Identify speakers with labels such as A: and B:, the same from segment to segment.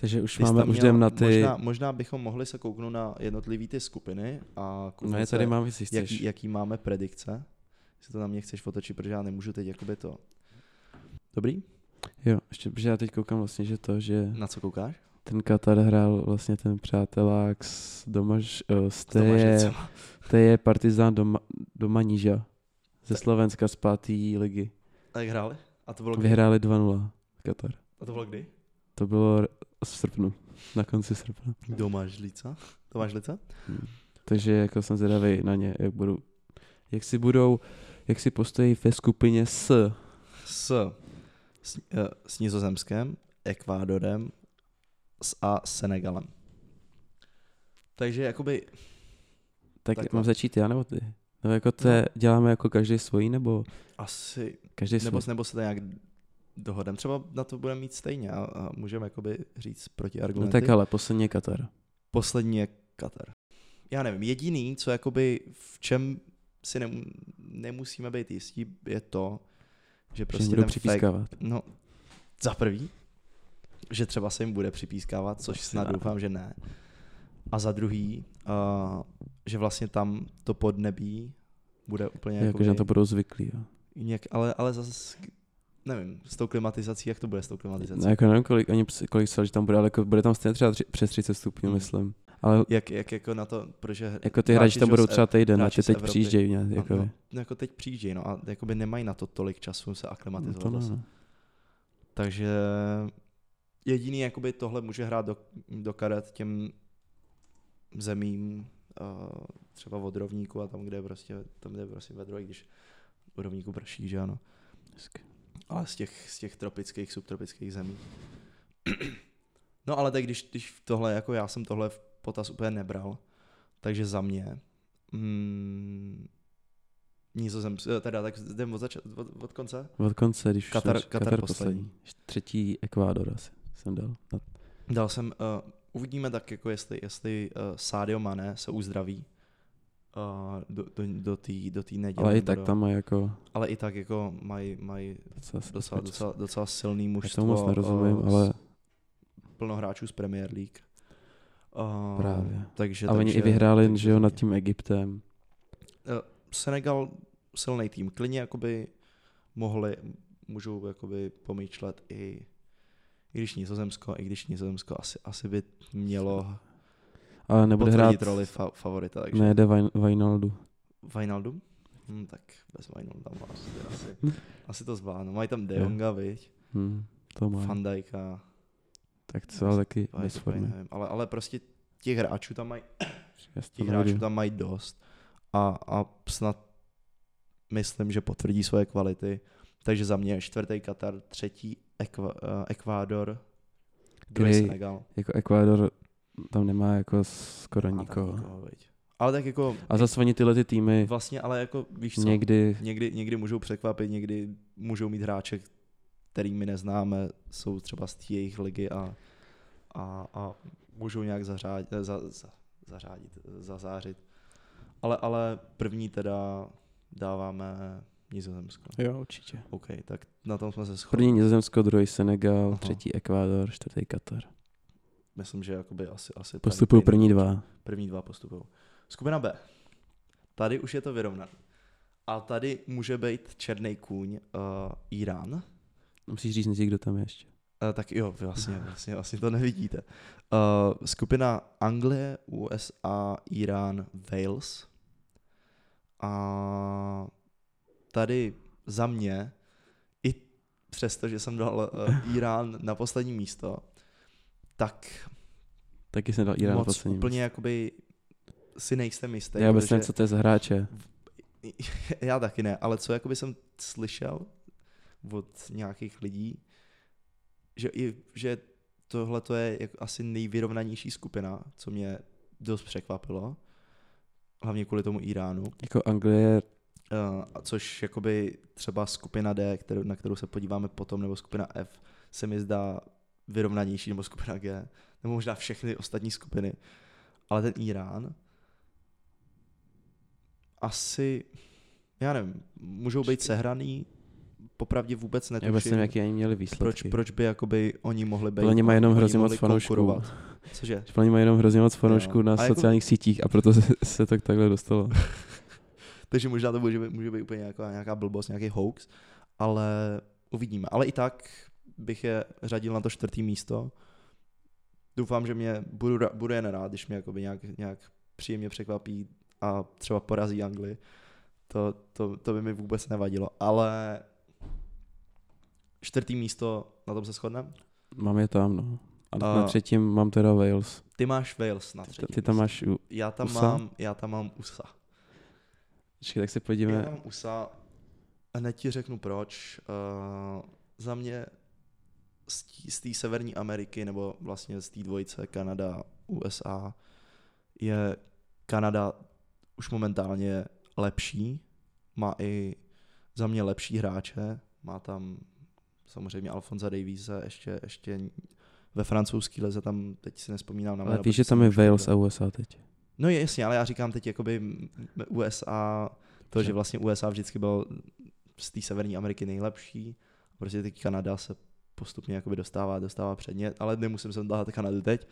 A: Takže už
B: Ty jsi
A: máme,
B: tam
A: už
B: měl-
A: jdem na ty...
B: Možná, možná bychom mohli se kouknout na jednotlivé ty skupiny a
A: no
B: kouknout
A: je
B: se,
A: tady mám, jestli chceš.
B: jaký, jaký máme predikce. Jestli to na mě chceš otočit, protože já nemůžu teď jakoby to... Dobrý?
A: Jo, ještě, protože já teď koukám vlastně, že to, že
B: Na co koukáš?
A: ten Katar hrál vlastně ten přátelák s Domaž, eh, s
B: To máš
A: Teje,
B: něco.
A: Teje Partizán doma, doma Níža. Ze Slovenska z pátý ligy.
B: A jak hráli? A to bylo kdy?
A: Vyhráli 2-0 Katar.
B: A to bylo kdy?
A: To bylo r- v srpnu, na konci srpna.
B: Doma žlica. Tomáš Lica?
A: Takže jako jsem zvědavý na ně, jak budou, jak si budou, jak si postojí ve skupině s,
B: S, s, eh, s Nizozemskem, Ekvádorem s, a Senegalem. Takže jakoby
A: tak
B: Takhle.
A: mám začít já nebo ty? No jako to je, děláme jako každý svojí nebo
B: asi,
A: každý
B: nebo,
A: svůj?
B: nebo se to nějak dohodem. Třeba na to budeme mít stejně a, a můžeme jakoby říct proti
A: No
B: argumenty.
A: tak ale posledně Katar. Prostě
B: Poslední je Katar. Já nevím, jediný, co jakoby v čem si nem, nemusíme být jistí, je to,
A: Prostě
B: že prostě
A: budou
B: ten fake,
A: připískávat.
B: No, za prvý, že třeba se jim bude připískávat, což
A: Asi
B: snad
A: ne.
B: doufám, že ne. A za druhý, uh, že vlastně tam to podnebí bude úplně jako,
A: Jakože na to budou zvyklí. Jo.
B: nějak, ale, ale zase, nevím, s tou klimatizací, jak to bude s tou klimatizací?
A: No, jako nevím, kolik, ani ps- kolik psal, že tam bude, ale jako bude tam stejně třeba tři, přes 30 stupňů,
B: Mm.
A: myslím. Ale
B: Jak, jak jako na to, protože
A: jako ty hráči tam
B: žijou
A: budou
B: z
A: třeba týden a
B: hráči
A: ty
B: z
A: teď
B: Evropy.
A: přijíždějí. Nějak,
B: No,
A: jako,
B: no, no, jako teď přijíždějí, no a jakoby nemají na to tolik času se
A: no, to
B: aklimatizovat.
A: ne,
B: asi.
A: no.
B: Takže jediný jakoby tohle může hrát do, do karet těm zemím eh, třeba od rovníku a tam, kde je prostě, tam kde je prostě vedro, i když u rovníku prší, že ano.
A: Hezky.
B: Ale z těch, z těch tropických, subtropických zemí. No ale tak když, když tohle, jako já jsem tohle v potaz úplně nebral, takže za mě mm, Nizozemsk, eh, teda tak jdem od, zača- od, od konce?
A: Od konce, když už
B: Katar-
A: jsem-
B: Katar
A: Třetí Ekvádor asi jsem dal. Na,
B: Dal jsem, uh, uvidíme tak, jako jestli, jestli uh, Sadio Mane se uzdraví uh, do, do, do té do tý neděle.
A: ale i
B: nebo
A: tak
B: do,
A: tam má jako
B: Ale i tak jako mají maj
A: docela,
B: docela,
A: docela,
B: docela, docela silný
A: já
B: mužstvo.
A: tomu moc nerozumím,
B: eh, s-
A: ale
B: Plno hráčů z Premier League. Uh,
A: Právě.
B: Takže,
A: a oni
B: takže,
A: i vyhráli,
B: takže
A: že jo,
B: za
A: nad
B: mě.
A: tím Egyptem.
B: Senegal silný tým. Klidně jakoby mohli, můžou jakoby pomýšlet i i když Nizozemsko, i když Nizozemsko asi, asi by mělo
A: Ale nebude
B: potvrdit
A: hrát,
B: roli fa- favorita. Takže.
A: nejede Vajn- Vajnaldu.
B: Vinaldum? Hm, tak bez Vinaldum asi, asi, asi to zvládnu. Mají tam De Jonga, viď?
A: Hm, to má.
B: Van Dijka.
A: Tak to ale taky
B: to je
A: bez
B: úplně
A: formy.
B: nevím. Ale, ale prostě těch hráčů tam mají,
A: Já si to
B: těch hráčů
A: nevěděl.
B: tam mají dost. A, a snad myslím, že potvrdí svoje kvality. Takže za mě čtvrtý Katar, třetí Ekva, eh, Ekvádor, druhý
A: Kdy-
B: Senegal.
A: Jako Ekvádor tam nemá jako skoro
B: A tak
A: nikoho.
B: nikoho, viď. Ale tak jako,
A: A zase oni tyhle ty týmy
B: vlastně, ale jako víš co,
A: někdy,
B: Někdy, někdy můžou překvapit, někdy můžou mít hráče, který my neznáme, jsou třeba z té jejich ligy a, a, a můžou nějak zařádit, za, za, zařádit, zazářit. Ale, ale první teda dáváme Nizozemsko.
A: jo určitě.
B: OK, tak na tom jsme se shodli.
A: První Nizozemsko, druhý Senegal,
B: Aha.
A: třetí Ekvádor, čtvrtý Katar.
B: Myslím, že jakoby asi, asi ten-
A: Postupují
B: ten-
A: první dva.
B: První dva postupují. Skupina B. Tady už je to vyrovnané. A tady může být černý kůň uh, Irán.
A: Musíš říct, nejdřív, kdo tam je ještě.
B: Eh, tak jo, vy vlastně, vlastně, vlastně to nevidíte. Uh, skupina Anglie, USA, Irán, Wales. A tady za mě, i přesto, že jsem dal uh, Irán na poslední místo, tak
A: Taky jsem dal
B: Irán
A: Irán
B: moc
A: poslední.
B: úplně jakoby si nejsem jistý.
A: Já vůbec
B: protože-
A: nevím, co to je za hráče.
B: já taky ne, ale co jakoby jsem slyšel od nějakých lidí, že, i, že tohle to je jak asi nejvyrovnanější skupina, co mě dost překvapilo, hlavně kvůli tomu Iránu, uh,
A: Jako Anglie,
B: Eh, a což jakoby třeba skupina D, kterou, na kterou se podíváme potom, nebo skupina F, se mi zdá vyrovnanější, nebo skupina G, nebo možná všechny ostatní skupiny, ale ten Irán asi, já nevím, můžou být sehraný, popravdě vůbec
A: Já
B: netuším,
A: vůbec nevím, jaký ani měli výsledky.
B: proč, proč by jakoby oni mohli být.
A: Podle mě mají jenom
B: oni
A: hrozně moc
B: mohli
A: fanoušků.
B: konkurovat. Cože?
A: Že Oni mají jenom hrozně moc fanoušků
B: Jo.
A: na
B: A jako-
A: sociálních sítích a proto se, se to takhle dostalo.
B: Takže možná to může být, může být úplně nějaká, nějaká blbost, nějaký hoax, ale uvidíme. Ale i tak bych je řadil na to čtvrtý místo. Doufám, že mě budu, ra- budu jen rád, když mě jakoby nějak, nějak příjemně překvapí a třeba porazí Anglii. To, to, to by mi vůbec nevadilo, ale čtvrtý místo, na tom se shodneme.
A: Mám je tam, no. A na
B: A-
A: třetím mám teda Wales.
B: Ty máš Wales na
A: Ty,
B: třetím
A: ty tam
B: místě.
A: máš... u-
B: Já tam
A: USA?
B: mám, já tam mám USA.
A: Počkej, tak se
B: Já
A: podívejme.
B: mám USA. Hned ti řeknu proč. Uh, za mě z tí- z té Severní Ameriky, nebo vlastně z té dvojice Kanada, USA, je Kanada už momentálně lepší. Má i za mě lepší hráče. Má tam samozřejmě Alfonza Daviese, ještě, ještě ve francouzský leze tam, teď si nespomínám na
A: Ale
B: jméno,
A: víš, že
B: protože
A: tam
B: jsem
A: je
B: už nebyl.
A: Wales a USA teď.
B: No je, jasně, ale já říkám teď jakoby m- m- USA, to, že vlastně USA vždycky byl z té Severní Ameriky nejlepší, prostě teď Kanada se postupně jakoby dostává, dostává předně, ale nemusím sem dát Kanadu teď.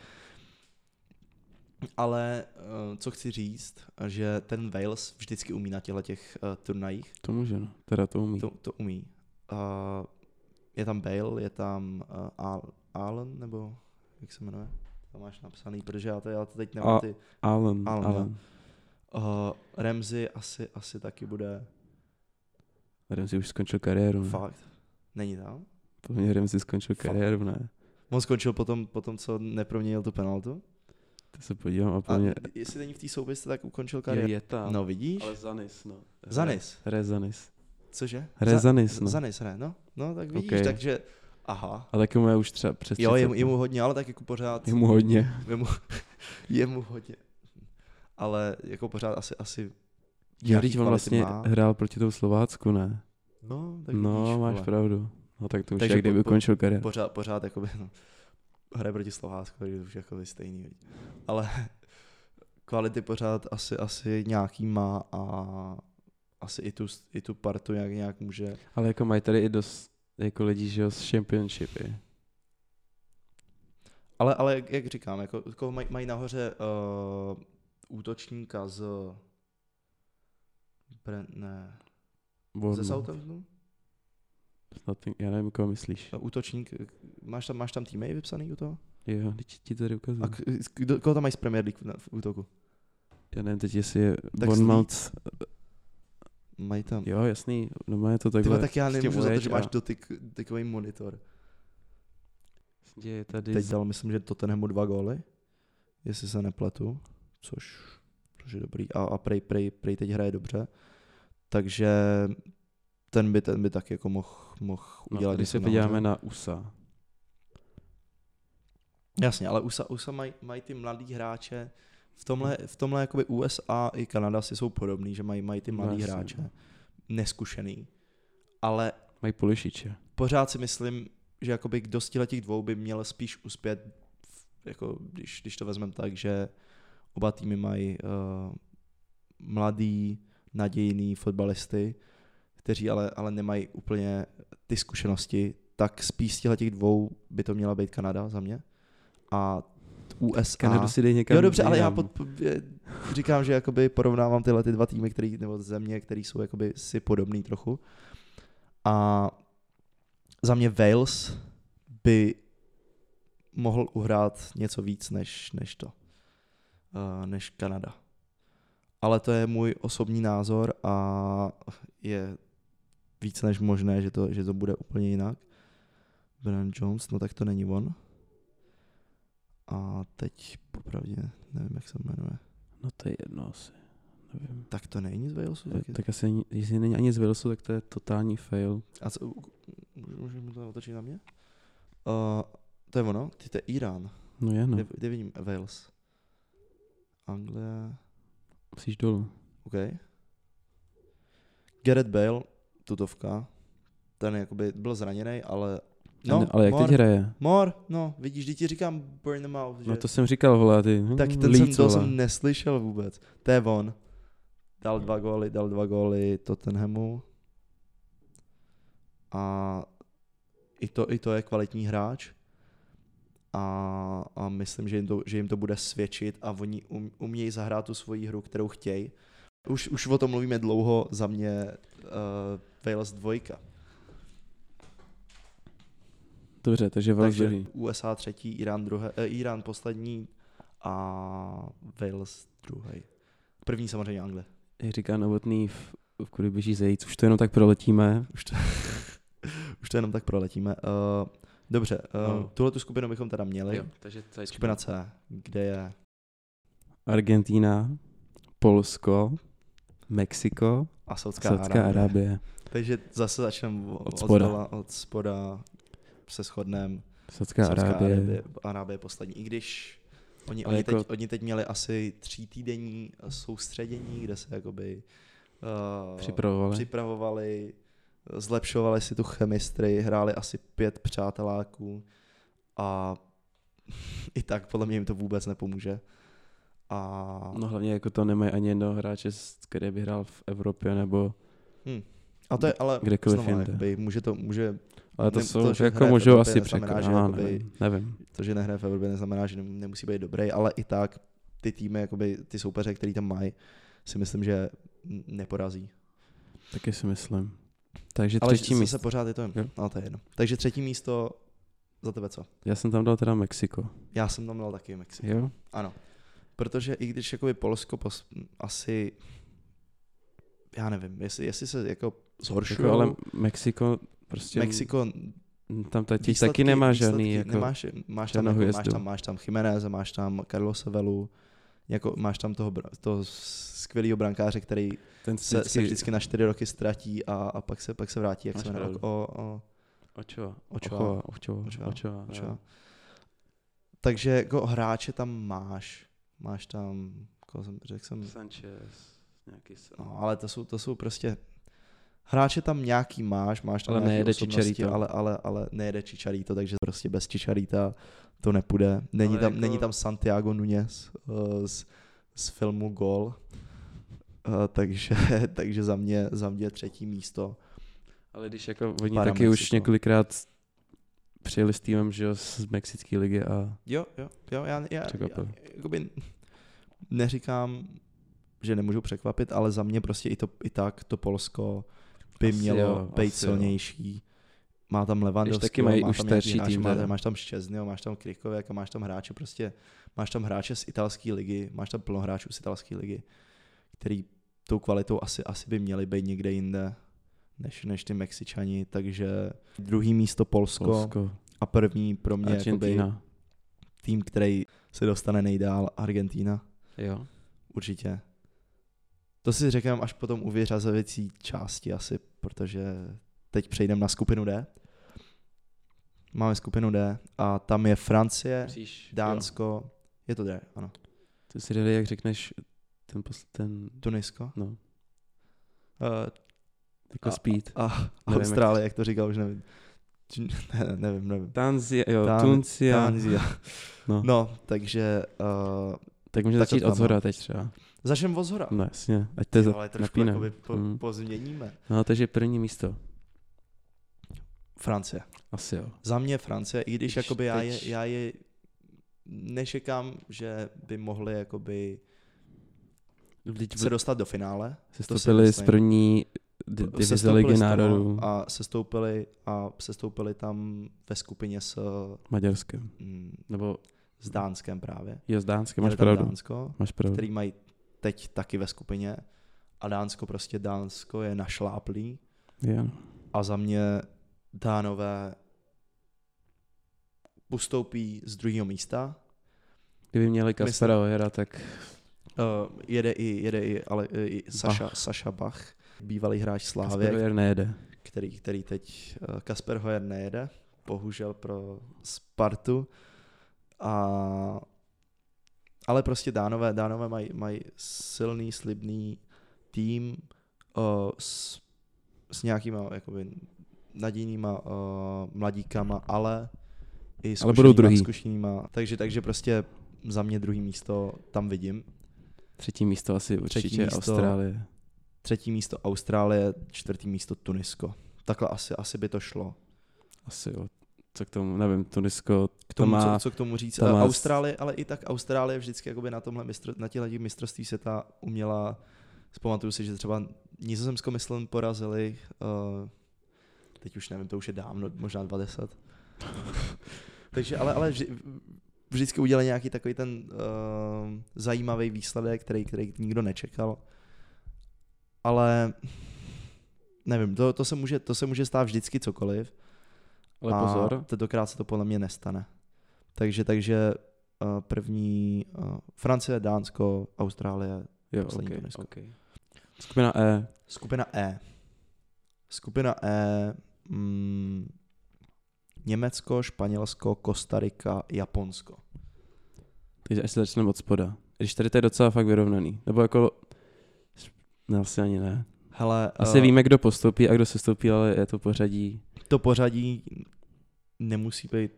B: Ale eh, co chci říct, že ten Wales vždycky umí na těchto těch eh, turnajích,
A: To může, no. Teda to umí.
B: to, to umí. Eh, Je tam Bale, je tam eh, Al- Allen, nebo jak se jmenuje? Tam máš napsaný, protože já to, já to teď nemám
A: A-
B: ty...
A: Allen,
B: Allen,
A: Allen.
B: jo.
A: Allen.
B: Uh, Ramsey asi, asi taky bude.
A: Ramsey už skončil kariéru, ne?
B: Fakt. Není tam?
A: Podle mě Ramsey skončil kariéru, ne?
B: On skončil potom, potom co neproměnil tu penaltu.
A: To se podívám a
B: A
A: podle mě...
B: jestli není v té souvisce, tak ukončil
A: Je,
B: kariéru.
A: je tam.
B: No vidíš?
A: Ale Zanis, no.
B: Zanis.
A: Rezanis.
B: Cože? Za-
A: Rezanis, no.
B: Zanis, ne? No, no tak vidíš,
A: Okej.
B: takže... Aha.
A: A taky mu je už třeba přes 30.
B: Jo, jemu, jemu hodně, ale tak jako pořád...
A: jemu hodně.
B: Jemu, jemu hodně. Ale jako pořád asi... asi
A: Jo,
B: nějaký
A: teď on
B: kvality
A: vlastně
B: má.
A: hrál proti tomu Slovácku, ne?
B: No, tak
A: no,
B: vidíš,
A: máš
B: vole.
A: pravdu. No tak to už
B: Takže
A: je, kdyby
B: po- po-
A: ukončil kariéru.
B: pořád, pořád jakoby, no, hraje proti Slovácku, takže to už jakoby stejný, viď. ale kvality pořád asi, asi nějaký má a asi i tu, i tu partu nějak, nějak může.
A: Ale jako mají tady i dost jako lidí, že jo, z championshipy.
B: Ale, ale jak, jak říkám, jako, jako maj, mají nahoře uh, útočníka z Bre, ne, ze
A: Bournemouth,
B: Southamptonu?
A: Nothing, já nevím, koho myslíš.
B: Eh, Útočník, eh, máš tam, máš tam týmy vypsaný u toho?
A: Jo, teď ti tady ukazuju.
B: A k, kdo, koho tam mají z Premier League na- v útoku?
A: Já nevím teď, jestli je
B: Tak
A: Bournemouth.
B: Mají tam.
A: Jo, jasný, no je to
B: Ty
A: takhle.
B: vole, tak já
A: s tím
B: nemůžu za to,
A: ujeď
B: že máš
A: a-
B: dotyk, takový monitor.
A: Je tady
B: Teď
A: z-
B: dal, myslím, že Tottenhamu dva góly, jestli se nepletu, což, což je dobrý. A, a prej, prej, prej, teď hraje dobře. Takže ten by, ten by tak jako mohl moh
A: no,
B: udělat.
A: tady
B: něco
A: se
B: nahoře.
A: podíváme na USA.
B: Jasně, ale USA, USA mají maj ty mladý hráče, v tomhle, v tomhle jakoby USA i Kanada si jsou podobný, že mají, mají ty
A: No,
B: mladý
A: jasně.
B: hráče, neskušený. Ale
A: Mají Polišiče.
B: pořád si myslím, že jakoby kdo z těchto těch dvou by měl spíš uspět, v- jako když, když to vezmeme tak, že oba týmy mají uh, mladý, nadějný fotbalisty, kteří ale, ale nemají úplně ty zkušenosti, tak spíš z těchto těch dvou by to měla být Kanada za mě. A USA...
A: Kanadu si dej někam
B: Jo, dobře, ale já
A: jinam.
B: pod, je- říkám, že jakoby porovnávám tyhle ty dva týmy, který, nebo země, které jsou jakoby si podobný trochu. A za mě Wales by mohl uhrát něco víc než, než to, eh, než Kanada. Ale to je můj osobní názor a je víc než možné, že to, že to bude úplně jinak. Brian Jones, no tak to není on. A teď popravdě nevím, jak se jmenuje.
A: No to je jedno asi. Nevím.
B: Tak to není z Walesu
A: Tak,
B: taky.
A: tak asi, ani- jestli není ani z Walesu, tak to je totální fail.
B: A co, můžu, můžu mu to otočit na mě? Uh, to je ono, ty to je Irán,
A: No je, no.
B: kde, kde vidím Wales. Anglie,
A: Musíš dolů.
B: OK. Gareth Bale, tutovka, ten jakoby byl zraněný, ale... No,
A: ale jak
B: mor,
A: teď hraje?
B: Mor, no, vidíš, když ti říkám burn them out, že?
A: No to jsem říkal, vole, ty. hm,
B: Tak ten jsem,
A: Leeds,
B: to
A: vole.
B: jsem neslyšel vůbec. To je on. Dal dva góly, dal dva góly Tottenhamu. A i to, i to je kvalitní hráč. A, a myslím, že jim, to, že jim to bude svědčit a oni um, umějí zahrát tu svoji hru, kterou chtějí. Už, už o tom mluvíme dlouho, za mě uh, Wales 2.
A: Dobře, takže Wales
B: Takže
A: druhý.
B: USA třetí, Irán, druhé, eh, Irán poslední a Wales druhý. První samozřejmě Anglie.
A: Jak říká Novotný v, v kudy běží zajíc, už to jenom tak proletíme.
B: Už to, už to jenom tak proletíme. Uh, dobře, uh,
A: No.
B: tuhle tu skupinu bychom teda měli.
A: takže
B: Skupina C, kde je
A: Argentína, Polsko, Mexiko,
B: a Saudská,
A: Saudská
B: Arábie.
A: Arábie.
B: Takže zase začneme od, od
A: spoda.
B: spoda. Zdola, od spoda se shodneme.
A: Saudská
B: Saudská
A: Arábie.
B: Arábie, Arábie poslední. I když oni,
A: Ale
B: oni,
A: jako-
B: teď, oni teď měli asi tří týdenní eh, soustředění, kde se jakoby uh,
A: Připravovali.
B: připravovali, zlepšovali si tu chemistry, hráli asi pět přáteláků a i tak podle mě jim to vůbec nepomůže. A,
A: No hlavně jako to nemají ani jednoho hráče, s- který by hrál v Evropě nebo...
B: a to je ale
A: kdekoliv
B: znovu,
A: jinde.
B: jakoby, může to, může,
A: Ale to
B: Nem-
A: jsou,
B: to, že
A: jako
B: hraje v
A: můžou
B: Evropě,
A: asi
B: neznamená, že
A: překonat. Jakoby...
B: jakoby-
A: Nevím, nevím.
B: to, že nehraje v Evropě, neznamená, že nem- nemusí být dobrý, ale i tak ty týmy, jakoby, ty soupeře, který tam mají, si myslím, že n- neporazí.
A: Taky si myslím. Takže
B: Ale
A: třetí
B: zase
A: místo.
B: pořád je to
A: Jo.
B: jen. No, to je jedno. Takže třetí místo za tebe co?
A: Já jsem tam dal teda Mexiko.
B: Já jsem tam dal taky Mexiko.
A: Jo?
B: Ano. Protože i když jakoby Polsko pos, asi, já nevím, jestli, jestli se jako zhoršuje,
A: Jako, ale Mexiko prostě...
B: Mexiko
A: Tam tati taky nemá žádný
B: výsledky-
A: jako...
B: nemáš, máš, tam,
A: žádnou
B: jako, máš
A: hvězdu.
B: tam, máš tam Jiménez, máš tam Carlos Velu, jako máš tam toho, bra- toho skvělého brankáře, který
A: Ten
B: se, vždycky, se vždycky na čtyři roky ztratí a, a pak, se, pak se vrátí, jak
A: Máš
B: se jmenuje.
A: pravdu.
B: O, o,
A: Očova.
B: Ochoa.
A: Ochoa. Očova.
B: Ochoa.
A: Očova.
B: Ochoa.
A: jo.
B: takže jako hráče tam máš. Máš tam, koho jsem, řekl jsem,
A: Sanchez. Nějaký se...
B: Hmm. No, ale to jsou, to jsou prostě... Hráče tam nějaký máš, máš tam
A: Ale
B: nějaký
A: nejede
B: osobnosti,
A: Chicharito.
B: ale, ale, ale nejede Čicharito, takže prostě bez Čicharita to nepůjde. Není,
A: Ale
B: tam,
A: jako-
B: není tam Santiago Nunez uh, z, z filmu Gol, uh, takže, takže za, mě, za mě třetí místo.
A: Ale když jako oni
B: Para
A: taky už
B: Mexiko.
A: několikrát přijeli s týmem, že jo, z Mexické ligy a
B: Jo, jo, jo, já, já,
A: Překvapil.
B: já jakoby neříkám, že nemůžu překvapit, ale za mě prostě i, to, i tak to Polsko by
A: Asi
B: asi mělo
A: jo,
B: jo, být
A: asi jo.
B: silnější. Má tam Levandovský,
A: taky mají
B: má
A: už
B: tam nějaký
A: starší
B: hráče,
A: tým,
B: má,
A: teda.
B: tam- máš tam Ščeznyho, máš tam Krykověk a máš tam hráče prostě, máš tam hráče z italské ligy, máš tam plno hráčů z italské ligy, který tou kvalitou asi, asi by měli být někde jinde než, než ty Mexičani, takže druhý místo Polsko, Polsko.
A: Polsko,
B: a první pro mě jakoby,
A: Argentina.
B: tým, který se dostane nejdál, Argentína,
A: Jo.
B: určitě. To si řekneme až potom u vyřazovací části asi, protože teď přejdeme na skupinu D. Máme skupinu D a tam je Francie, Dánsko, je to D, ano,
A: To si dali, jak řekneš, ten, posl- ten
B: Tunisko,
A: no,
B: uh,
A: jako
B: A-
A: speed.
B: a
A: jak-
B: Austrálie, jak to říkal, už nevím. Ne, nevím, nevím.
A: Tanzia, jo,
B: Tán-
A: Tuncia.
B: Tanzania.
A: No.
B: No, takže uh,
A: Tak můžeme
B: Tak to
A: začít
B: tam,
A: od zhora teď třeba.
B: začneme od zhora.
A: No jasně, ať to je za-
B: Ale trošku
A: napíne.
B: jakoby po,
A: Mm.
B: pozměníme.
A: No takže první místo.
B: Francie.
A: Asi jo.
B: Za mě Francie, i když
A: Když
B: jakoby já
A: teď-
B: je, já je nečekám, že by mohli jakoby
A: Vždyť
B: se dostat do finále.
A: sestoupili z
B: myslím.
A: první d-
B: Sestoupili
A: divize
B: z
A: Ligy
B: toho
A: národů a...
B: A sestoupili, a sestoupili tam ve skupině s,
A: Maďarskem.
B: mm,
A: Nebo
B: s Dánskem právě.
A: jo, s Dánskem, máš
B: Měli tam
A: pravdu.
B: Dánsko,
A: Máš pravdu.
B: který mají teď taky ve skupině. A Dánsko prostě, Dánsko je našláplý.
A: Jo.
B: A za mě Dánové ustoupí z druhého místa.
A: Kdyby měli
B: Myslím-
A: Kaspara Ojera, tak
B: Uh, jede i, jede i, ale, eh, i Saša, Saša Bach, bývalý hráč
A: Kaspar
B: Slávě,
A: Ojer nejede.
B: který, který teď eh, Kasper Hojer nejede, bohužel pro Spartu. A, ale prostě Dánové, Dánové mají maj silný, slibný tým uh, s, s nějakýma jakoby, nadějnýma uh, mladíkama, ale i
A: Ale budou
B: zkušenýma-
A: druhý.
B: zkušenýma. Takže, takže prostě za mě druhý místo tam vidím.
A: Třetí místo asi určitě
B: místo.
A: Austrálie.
B: Třetí místo Austrálie, čtvrtý místo Tunisko. Takhle asi, asi by to šlo.
A: Asi jo. Co k tomu, nevím, Tunisko,
B: K tomu,
A: to má,
B: co, co, k tomu říct.
A: to má
B: Má...
A: s-
B: Austrálie, ale i tak Austrálie vždycky jakoby na tomhle mistr, na těchto mistrovství světa uměla, zpamatuju si, že třeba Nizozemsko myslím porazili, uh, teď už nevím, to už je dávno, možná 20. Takže, ale, ale vždy, vždycky udělali nějaký takový ten uh, zajímavý výsledek, který, který nikdo nečekal. Ale nevím, to, to, se může, to se může stát vždycky cokoliv.
A: ale pozor,
B: A tentokrát se to podle mě nestane. Takže, takže eh, první eh, Francie, Dánsko, Austrálie.
A: jo,
B: poslední
A: okay,
B: Tunisko.
A: okay. Skupina E,
B: Skupina E. Skupina E. Mm, Německo, Španělsko, Kostarika, Japonsko.
A: takže až se začneme od spoda. Když tady to je docela fakt vyrovnaný, nebo jako, ne, asi ani ne.
B: Hele,
A: Asi
B: eh,
A: víme, kdo postoupí a kdo sestoupí, ale je to pořadí.
B: to pořadí nemusí být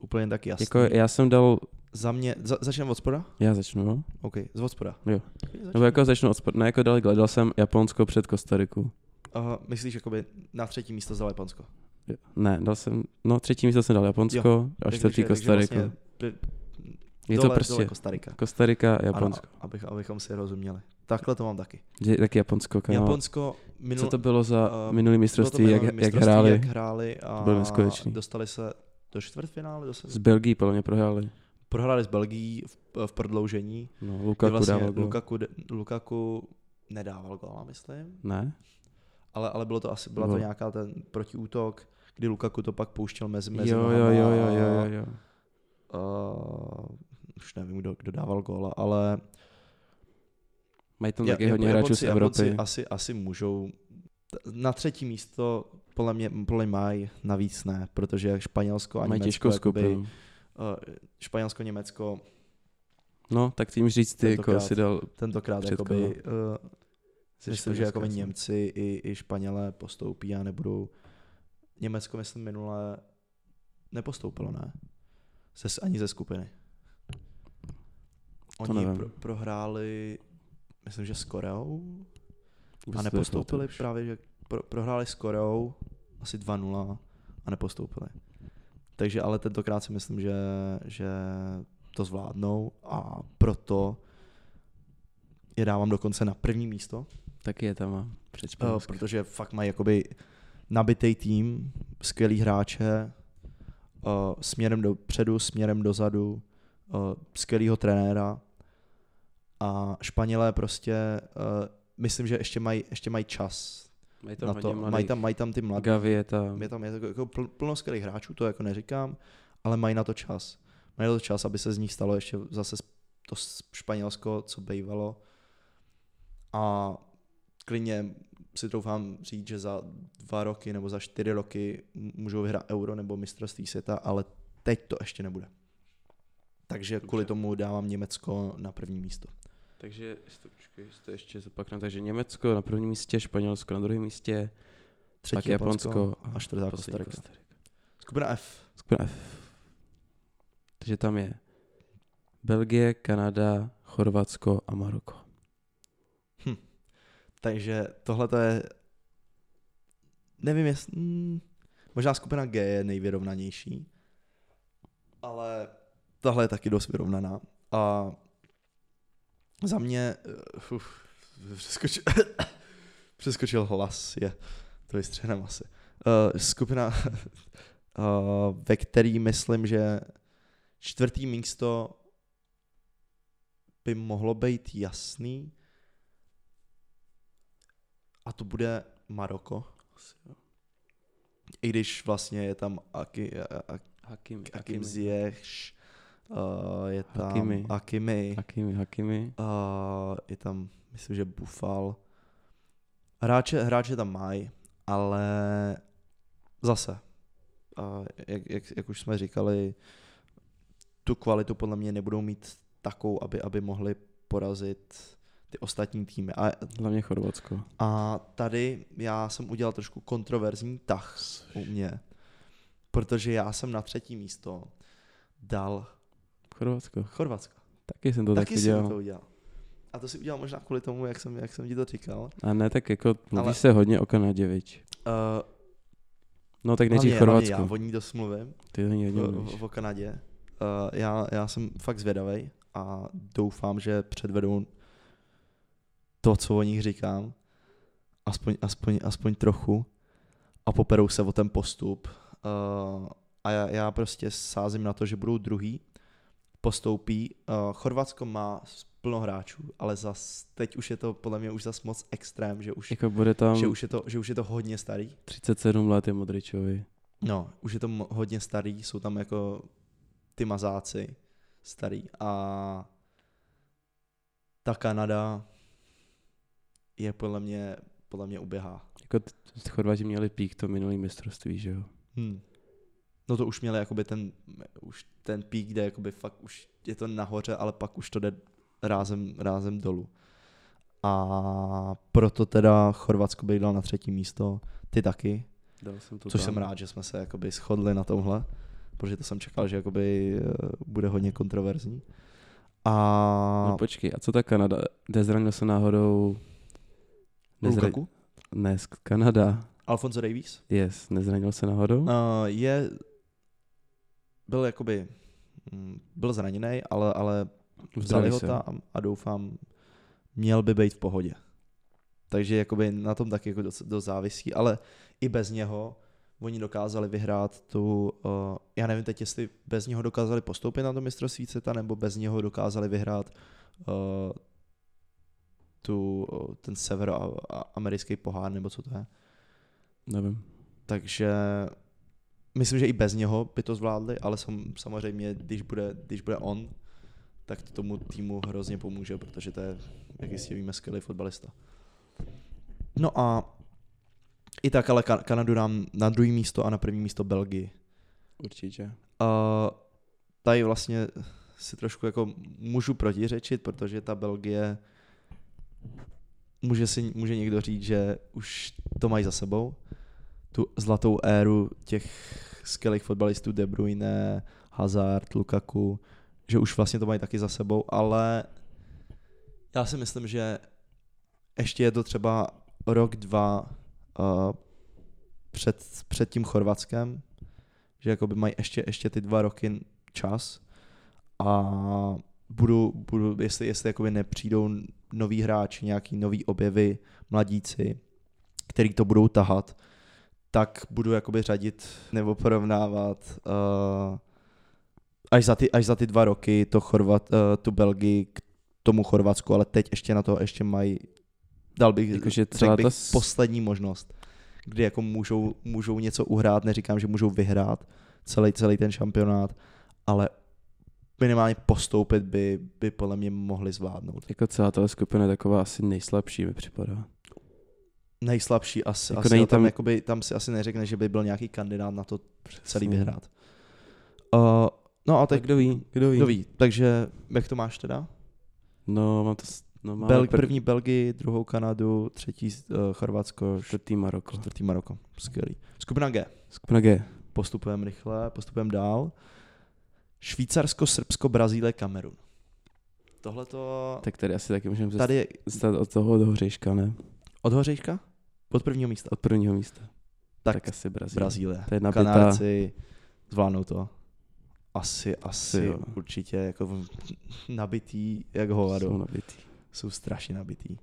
B: úplně tak jasný.
A: Jako já jsem dal,
B: Za mě, za, začneme od spoda?
A: já začnu, no?
B: OK, z od spoda.
A: Jo.
B: Nebo
A: Nebo jako začnu od spoda, ne jako dal, dal jsem Japonsko před Kostariku.
B: uh, myslíš, jakoby na třetí místo za Japonsko?
A: Jo, Ne, dal jsem, no třetí místo jsem dal Japonsko a čtvrtý Kostariku.
B: Vlastně, pri-
A: je
B: dole,
A: to
B: Dole
A: prostě
B: Kostarika.
A: Kostarika a Japonsko.
B: Ano, abych, abychom si rozuměli. Takhle to mám taky.
A: Ano. Tak Japonsko, kámo.
B: Japonsko minul,
A: Jako Co to bylo za
B: eh,
A: uh, minulý
B: bylo to
A: mistrovství, jak,
B: minulé
A: mistrovství, jak hráli?
B: jak hráli a
A: To bylo neskutečný.
B: dostali se do čtvrtfinále, do
A: Z
B: se,
A: Belgii podle mě prohráli.
B: prohráli s Belgií v, v prodloužení. kdy
A: No, Lukaku
B: vlastně
A: dával gol.
B: Lukaku, de- Lukaku nedával góla, myslím,
A: Ne?
B: ale, ale bylo to asi, byla to
A: Bylo.
B: nějaká ten protiútok, kdy Lukaku to pak pouštěl mezi, mezi
A: Jo, jo,
B: nohama
A: jo, jo,
B: a-
A: jo, jo, jo.
B: Uh, už nevím, kdo, kdo dával góla, ale
A: Mají tam
B: Ja-
A: taky
B: Japo-
A: hodně hráčů z
B: Japonci
A: Evropy.
B: asi, asi můžou. T- Na třetí místo podle mě, podle mě mají, navíc ne, protože jak Španělsko a
A: Mají
B: Německo,
A: těžkou
B: jakoby,
A: skupinu.
B: eh, Španělsko, Německo
A: No, tak tím říct ty, jako
B: Tentokrát
A: si dal
B: tentokrát
A: Předkolo.
B: jakoby, uh,
A: ze
B: myslím, že jako
A: Španělska
B: jakoby
A: jsem.
B: Němci i, i Španělé postoupí a nebudou. Německo myslím minule nepostoupilo, ne? Se, ani ze skupiny.
A: To
B: Oni
A: nevím.
B: pro, prohráli, myslím, že s Koreou, A
A: Vůbec to
B: nepostoupili
A: nepamatuju.
B: právě, že pro, prohráli s Koreou asi 2-0 a nepostoupili. Takže ale tentokrát si myslím, že, že to zvládnou a proto je dávám dokonce na první místo,
A: Taky je tam a před
B: eh,
A: Španělskem.
B: protože fakt mají jakoby nabitý tým, skvělý hráče, eh, směrem dopředu, směrem dozadu, eh, skvělýho trenéra a Španělé prostě, eh, myslím, že ještě mají, ještě mají čas
A: Mají
B: na
A: tam
B: to.
A: hodně
B: Mají
A: mladých.
B: tam, mají tam ty mladé.
A: Gavi je tam.
B: Je tam je to jako pl- plno skvělých hráčů, to jako neříkám, ale mají na to čas. Mají na to čas, aby se z nich stalo ještě zase sp- to s- Španělsko, co bývalo. A klidně si troufám říct, že za dva roky nebo za čtyři roky m- můžou vyhrát euro nebo mistrovství světa, ale teď to ještě nebude. Takže kvůli
A: Dobře.
B: tomu dávám Německo na první místo.
A: Takže jestli to, počkej, jestli to ještě zopaknu. Takže Německo na prvním místě, Španělsko na druhém místě,
B: Třetí
A: pak Japonsko
B: a čtvrtá
A: poslední
B: Kostarika.
A: Kostarika.
B: Skupina F.
A: Skupina F. Takže tam je Belgie, Kanada, Chorvatsko a Maroko.
B: Takže tohle to je, nevím jestli, mm, možná skupina G je nejvyrovnanější, ale tahle je taky dost vyrovnaná. A za mě, uh, uf, přeskočil, přeskočil hlas, je, to vystřihneme asi. Uh, skupina, uh, ve který myslím, že čtvrtý místo by mohlo být jasný, a to bude Maroko. I když vlastně je tam Aki, a- a-
A: Hakimi,
B: Akim Ziyech, uh, je tam
A: Hakimi.
B: Akimi,
A: Hakimi,
B: Akimi
A: Hakimi.
B: uh, je tam, myslím, že Bufal. Hráče, hráče tam mají, ale zase, uh, jak, jak, jak už jsme říkali, tu kvalitu podle mě nebudou mít takovou, aby, aby mohli porazit ty ostatní týmy. A
A: Hlavně Chorvatsko.
B: a tady já jsem udělal trošku kontroverzní tah u mě, protože já jsem na třetí místo dal
A: Chorvatsko.
B: Chorvatsko.
A: Taky jsem to
B: Taky
A: taky
B: jsem
A: dělal.
B: to udělal. A to si udělal možná kvůli tomu, jak jsem, jak jsem ti to říkal.
A: A ne, tak jako mluví
B: Ale-
A: se hodně o Kanadě, viď?
B: Uh,
A: No tak nejdřív
B: Hlavně- hlavně
A: Chorvatsko.
B: Já o ní dost mluvím,
A: Ty to ani
B: o,
A: nemluvíš.
B: o- o Kanadě. Uh, já, já jsem fakt zvědavý a doufám, že předvedou to, co o nich říkám, aspoň, aspoň, aspoň trochu a poperou se o ten postup. Uh, a já, já prostě sázím na to, že budou druhý, postoupí. Uh, Chorvatsko má plno hráčů, ale zas, teď už je to podle mě už zas moc extrém, že už,
A: Jako bude tam
B: že už, je, to, že už je to hodně starý.
A: 37 let je Modričovi.
B: No, už je to mo- hodně starý, jsou tam jako ty mazáci starý a ta Kanada je podle mě, podle mě uběhá.
A: Jako t- Chorvati měli pík to minulý mistrovství, že jo?
B: Hmm. No to už měli jakoby ten, už ten pík, kde jakoby fakt už je to nahoře, ale pak už to jde rázem, rázem dolů. A proto teda Chorvatsko bych dal na třetí místo, ty taky.
A: Dal jsem to
B: Což jsem rád, že jsme se jakoby shodli na tomhle, protože to jsem čekal, že jakoby eh, bude hodně kontroverzní. A
A: No počkej, a co ta Kanada? Nezranil se náhodou...
B: Lukaku?
A: Ne, z Kanada.
B: Alfonso Davies?
A: Yes, nezranil se náhodou?
B: Uh, je, byl jakoby, mm, byl zraněný, ale, ale vzali
A: Vzali
B: ho
A: se.
B: tam a doufám, měl by být v pohodě. Takže jakoby na tom taky jako dost, dost závisí, ale i bez něho oni dokázali vyhrát tu, uh, já nevím teď, jestli bez něho dokázali postoupit na to mistrovství CETA, nebo bez něho dokázali vyhrát uh, tu, uh, ten severoamerický pohár, nebo co to je.
A: Nevím.
B: Takže myslím, že i bez něho by to zvládli, ale sam, samozřejmě, když bude, když bude on, tak to tomu týmu hrozně pomůže, protože to je, jak jistě víme, skvělý fotbalista. No a i tak, ale Kan- Kanadu dám na druhý místo a na první místo Belgii.
A: Určitě.
B: Uh, tady vlastně si trošku jako můžu protiřečit, protože ta Belgie může, si, může někdo říct, že už to mají za sebou. Tu zlatou éru těch skvělých fotbalistů De Bruyne, Hazard, Lukaku, že už vlastně to mají taky za sebou, ale já si myslím, že ještě je to třeba rok, dva uh, před, před tím Chorvatskem, že jakoby mají ještě, ještě ty dva roky čas a budu, budu jestli, jestli jakoby nepřijdou noví hráči, nějaký nový objevy, mladíci, který to budou tahat, tak budu jakoby řadit nebo porovnávat uh, až, za ty, až za ty dva roky to Chorvat, uh, tu Belgii k tomu Chorvatsku, ale teď ještě na to ještě mají, dal bych,
A: Jakože celá
B: řekl
A: ta...
B: bych,
A: s-
B: poslední možnost, kdy jako můžou, můžou něco uhrát, neříkám, že můžou vyhrát celý, celý ten šampionát, ale minimálně postoupit by, by podle mě mohli zvládnout.
A: Jako celá ta skupina je taková asi nejslabší, mi připadá.
B: Nejslabší asi,
A: Jako
B: asi
A: není
B: jo, tam,
A: tam-
B: tam... Jakoby, tam si asi neřekne, že by byl nějaký kandidát na to celý
A: Přesně.
B: vyhrát. Uh, no a
A: Tak
B: tak
A: kdo ví, kdo ví.
B: kdo ví, takže jak to máš teda?
A: No, mám to... s- No, máme
B: Bel, první Belgii, druhou Kanadu, třetí uh, Chorvatsko,
A: čtvrtý Maroko.
B: čtvrtý Maroko. Skvělý. Skupina G.
A: Skupina G.
B: postupujeme rychle, postupujeme dál. Švýcarsko, Srbsko, Brazílie, Kamerun. Tohle to...
A: Tak tady asi taky můžeme se
B: Tady je
A: stát od toho do hřeška, ne?
B: od Hořejška? Od prvního místa.
A: Od prvního místa. Tak,
B: Tak
A: tak asi Brazílie.
B: Brazílie.
A: To je nabitá-
B: Kanárci zvládnou to. Asi, asi
A: jo.
B: určitě jako v- nabitý jak hovado.
A: Jsou
B: Jsou,
A: nabitý.
B: Jsou strašně nabitý.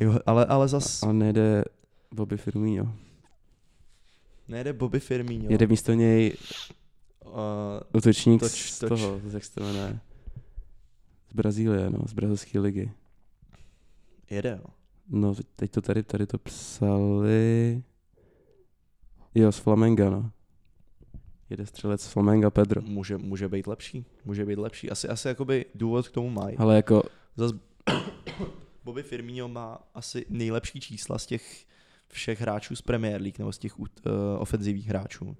B: Jako, ale, ale zas
A: A nejde Bobby Firmino.
B: nejde Bobby Firmino.
A: Jede místo něj
B: Uh,
A: útočník
B: Toč,
A: z
B: toč.
A: toho, z- jak se to jmenuje. Z Brazílie, no, z brazilské ligy.
B: jede, jo.
A: No, teď to tady, tady to psali... Jo, z Flamenga, no. Jede střelec z Flamenga Pedro.
B: Může, může být lepší. Může být lepší. Asi, asi jakoby důvod k tomu mají.
A: Ale jako,
B: Zas Bobby Firmino má asi nejlepší čísla z těch všech hráčů z Premier League nebo z těch uh, ofenzivních hráčů.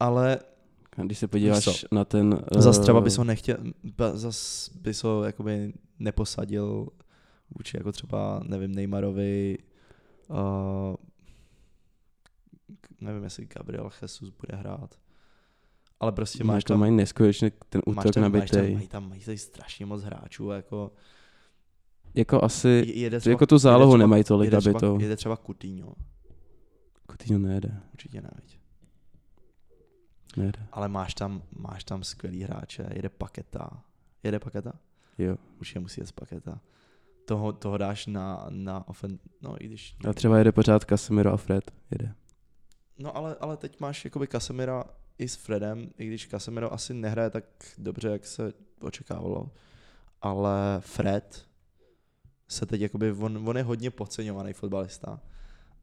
B: Ale
A: když se podíváš
B: Víš
A: na ten...
B: uh, zas
A: eh,
B: třeba bys ho nechtěl, ba- zas bys ho jakoby neposadil vůči jako třeba, nevím, Neymarovi, uh, nevím, jestli Gabriel Jesus bude hrát. Ale prostě máš
A: to
B: tam
A: mají neskutečně ten útok
B: máš tam,
A: nabitý.
B: mají tam, mají tady strašně moc hráčů, jako
A: Jako asi,
B: jede
A: jako tu zálohu nemají tolik
B: jede třeba,
A: nabitou.
B: jede třeba Coutinho.
A: Coutinho nejede.
B: Určitě ne, viď.
A: Nejede.
B: Ale máš tam, máš tam skvělý hráče, jede paketa. Jede paketa?
A: Jo.
B: Určitě musí jet paketa. Toho, toho dáš na, na ofen... No, i když...
A: A třeba jede pořád Casemiro a Fred. Jede.
B: No ale, ale teď máš jakoby Casemira i s Fredem, i když Casemiro asi nehraje tak dobře, jak se očekávalo, ale Fred se teď jakoby, on, on je hodně podceňovaný fotbalista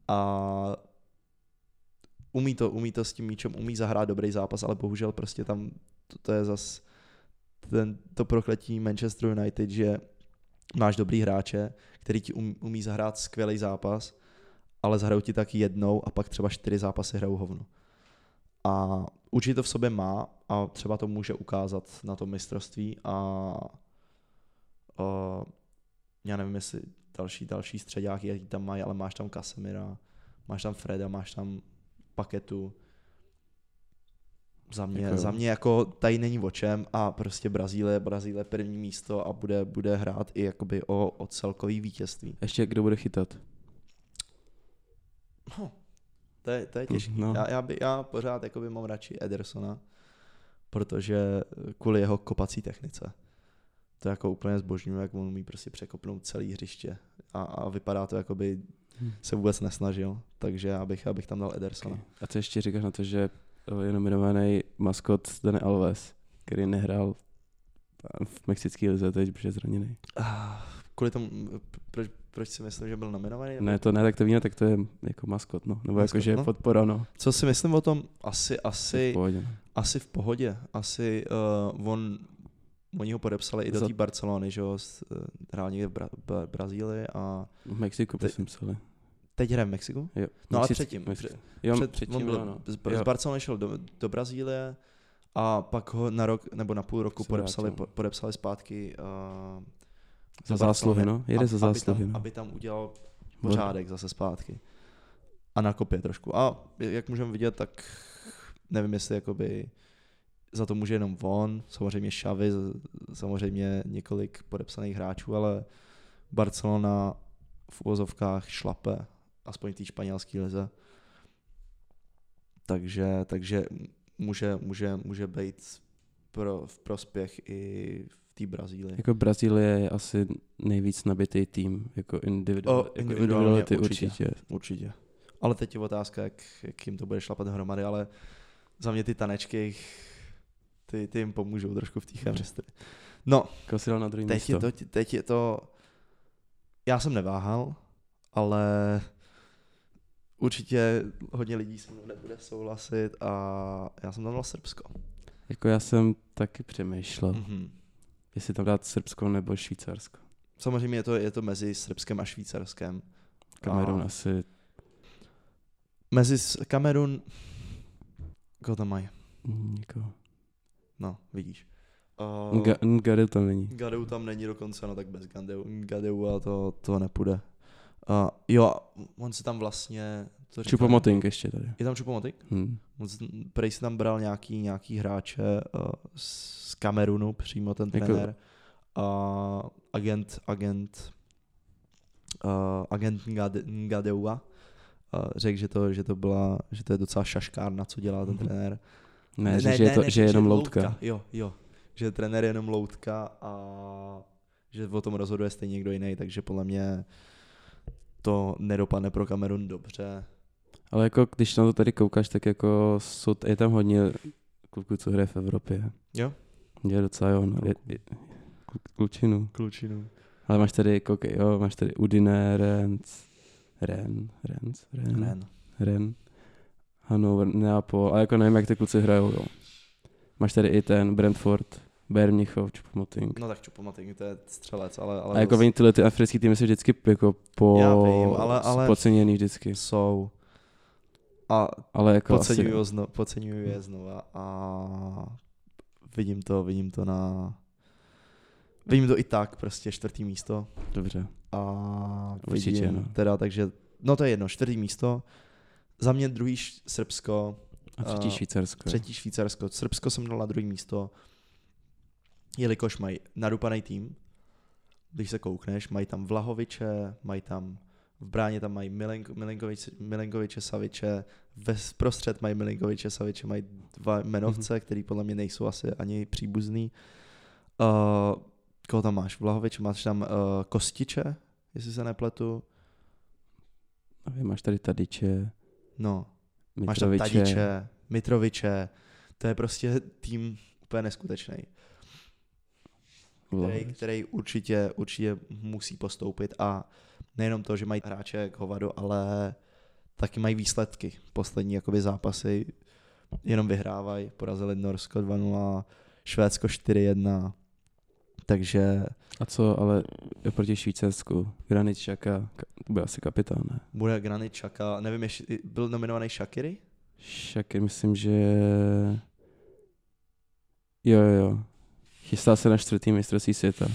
B: a umí to, umí to s tím míčem, umí zahrát dobrý zápas, ale bohužel prostě tam to, to je zas ten, to prokletí Manchester United, že máš dobrý hráče, který ti um, umí zahrát skvělý zápas, ale zahrajou ti tak jednou a pak třeba čtyři zápasy hrajou hovno. A určitě to v sobě má a třeba to může ukázat na tom mistrovství a, a já nevím, jestli další, další středáky, jaký tam mají, ale máš tam Kasemira, máš tam Freda, máš tam Paketu. Za mě,
A: Jako jo.
B: za mě jako tady není o čem a prostě Brazílie, Brazílie první místo a bude, bude hrát i jakoby o, o celkový vítězství.
A: Ještě kdo bude chytat?
B: No, to je, to je těžké.
A: No.
B: Já, já, by, já pořád jakoby mám radši Edersona, protože kvůli jeho kopací technice. To jako úplně zbožňuju, jak on umí prostě překopnout celé hřiště a, a vypadá to, jako by
A: Hm.
B: se vůbec nesnažil, takže já bych, já bych tam dal Edersona.
A: Okay. A co ještě říkáš na to, že eh, je nominovaný maskot Dani Alves, který nehrál v mexické lize teď, protože je zraněný.
B: Ah, Kvůli tomu, proč, proč si myslím, že byl nominovaný?
A: Ne, to ne, tak to víme, tak to je jako maskot, no. Nebo
B: Maskot,
A: jako, že je
B: no.
A: podpora, no.
B: Co si myslím o tom? Asi,
A: V
B: asi,
A: pohodě, no.
B: asi v pohodě. Asi uh, on, oni ho podepsali i do
A: Za-
B: té Barcelony, že jo, s- eh, hrál někde v Bra- Bra- Brazílii a
A: V Mexiku,
B: Ty-
A: prosím, psali.
B: Teď hraje v Mexiku?
A: Jo.
B: No ale
A: Mexic-
B: předtím,
A: Mexi-
B: před-
A: jo,
B: Před-
A: předtím,
B: on byl,
A: jo, no.
B: z,
A: Jo.
B: z Barcelony šel do, do Brazílie a pak ho na rok nebo na půl roku
A: Se
B: podepsali,
A: vrátil.
B: po- podepsali zpátky uh,
A: Za zásluhy, no. Jede za zásluhy,
B: aby tam,
A: no.
B: aby tam udělal
A: Bon.
B: pořádek zase zpátky. A nakopě trošku. A jak můžeme vidět, tak nevím, jestli jakoby za to může jenom on, samozřejmě Xavi, z- samozřejmě několik podepsaných hráčů, ale Barcelona v uvozovkách šlape, aspoň v té španělské lize. Takže, takže může, může, může být pro, v prospěch i v té Brazílii.
A: Jako Brazílie je asi nejvíc nabitý tým, jako, individual,
B: O,
A: jako
B: individuálně
A: individuality
B: určitě.
A: určitě.
B: Určitě. Ale teď je otázka, jak, jak jim to bude šlapat dohromady, ale za mě ty tanečky jich, ty, ty jim pomůžou trošku v té chemistry. No,
A: Jako si dal na druhý
B: teď
A: místo.
B: je, to, teď je to... Já jsem neváhal, ale určitě hodně lidí se mnou nebude souhlasit a já jsem tam dal Srbsko.
A: Jako já jsem taky přemýšlel,
B: Mm-hmm.
A: jestli tam dát Srbsko nebo Švýcarsko.
B: Samozřejmě je to, je to mezi Srbskem a Švýcarskem.
A: Kamerun
B: A-
A: asi,
B: Mezi s- Kamerun... Koho tam mají?
A: mm, jako,
B: No, vidíš.
A: uh,
B: Uh,
A: Ngary tam není.
B: Gadeu tam není dokonce, no tak bez Gadeu, Gadeu a to, to nepůjde. A jo, a on si tam vlastně... To říká-
A: Čupomoting ještě tady.
B: Je tam Čupomotik?
A: Hmm.
B: On si, prej si tam bral nějaký, nějaký hráče uh, z Kamerunu, přímo ten
A: Jako-
B: trenér. A agent, agent, uh, agent Ngade- Ngadeua uh, řekl, že to, že to byla, že to je docela šaškárna, co dělá ten
A: Mhm.
B: trenér.
A: Ne, ne, že, je to, že je jenom loutka.
B: Jo, jo. Že trenér je jenom loutka a že o tom rozhoduje stejně někdo jiný, takže podle mě to nedopadne pro Kamerun dobře.
A: Ale jako když na to tady koukáš, tak jako jsou, je tam hodně kluků, co hraje v Evropě.
B: Jo.
A: Je docela jo, no. je,
B: Kluků.
A: je, kluk- klučinu.
B: Klučinu.
A: Ale máš tady koky, jo, máš tady Udine, Rennes, Ren, Rennes, Ren, Ren,
B: Ren.
A: Ren Hanover, Neapol, ale jako nevím, jak ty kluci hrajou, jo. Máš tady i ten Brentford, Bayern Mnichov, Choupo-Moting.
B: No tak Čupomating, to je střelec, ale, ale
A: A jako oni tyhle ty africké týmy jsou vždycky jako po,
B: Já vím, ale- ale-
A: podceněný vždycky.
B: jsou. A
A: Ale jako
B: podceňuju,
A: asi,
B: je zno, podceňuju je znova a vidím to, vidím to na... Vidím to i tak, prostě čtvrtý místo.
A: dobře.
B: A
A: Určitě,
B: vidím,
A: no.
B: teda, takže, no to je jedno, čtvrtý místo. Za mě druhý Š- Srbsko,
A: A třetí
B: A
A: Švýcarsko. jo.
B: Eh, třetí Švýcarsko. Srbsko jsem dal na druhý místo, jelikož mají nadupaný tým. Když se koukneš, mají tam Vlahoviče, mají tam V bráně tam mají Milenko, Milenkovič, Milenkoviče Saviče, ve prostřed mají Milenkoviče Saviče, mají dva jmenovce, mm-hmm. který podle mě nejsou asi ani příbuzný. Uh, koho tam máš? Vlahovič, máš tam uh, Kostiče, jestli se nepletu.
A: Nevím, máš tady Tadiče,
B: No, máš tam
A: Mitroviče.
B: Tadiče, Mitroviče. To je prostě tým úplně neskutečný. který,
A: Vlahovič.
B: který určitě, určitě musí postoupit a nejenom to, že mají hráče jak hovado, ale taky mají výsledky. Poslední jakoby zápasy jenom vyhrávají, porazili Norsko 2-0, Švédsko 4-1, takže
A: A co, ale proti Švýcarsku, Granit Xhaka, ka- to bude asi kapitán, ne?
B: bude Granit Xhaka, nevím, jestli byl nominovaný Shakiry?
A: Šaky, myslím, že... Jo, jo, jo. Chystá se na čtvrtý mistrovství světa.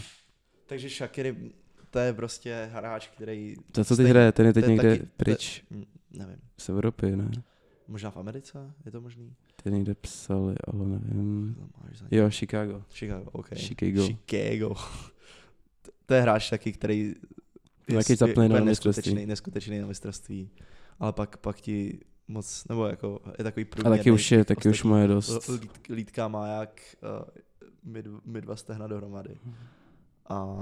B: Takže Shakiry, to je prostě hráč, který,
A: To, co teď
B: Stejně-
A: hraje, ten je teď
B: to je
A: někde
B: taky- to-
A: pryč
B: hm, nevím,
A: z Evropy, ne?
B: možná v Americe, je to možný?
A: Ten někde psali, ale nevím.
B: Tam máš za ně.
A: Jo, Chicago.
B: Chicago, OK.
A: Chicago.
B: Chicago. To- To je hráč taky, který
A: To taky zapne
B: úplně
A: na
B: neskutečný,
A: mistrovství.
B: neskutečný na mistrovství. Ale pak, pak ti moc, nebo jako je takový
A: A
B: průměrný.
A: taky už je, taky už
B: ostatní.
A: moje dost.
B: L- lít- Lítka má jak uh, my, dv- my, dva stehna dohromady. A,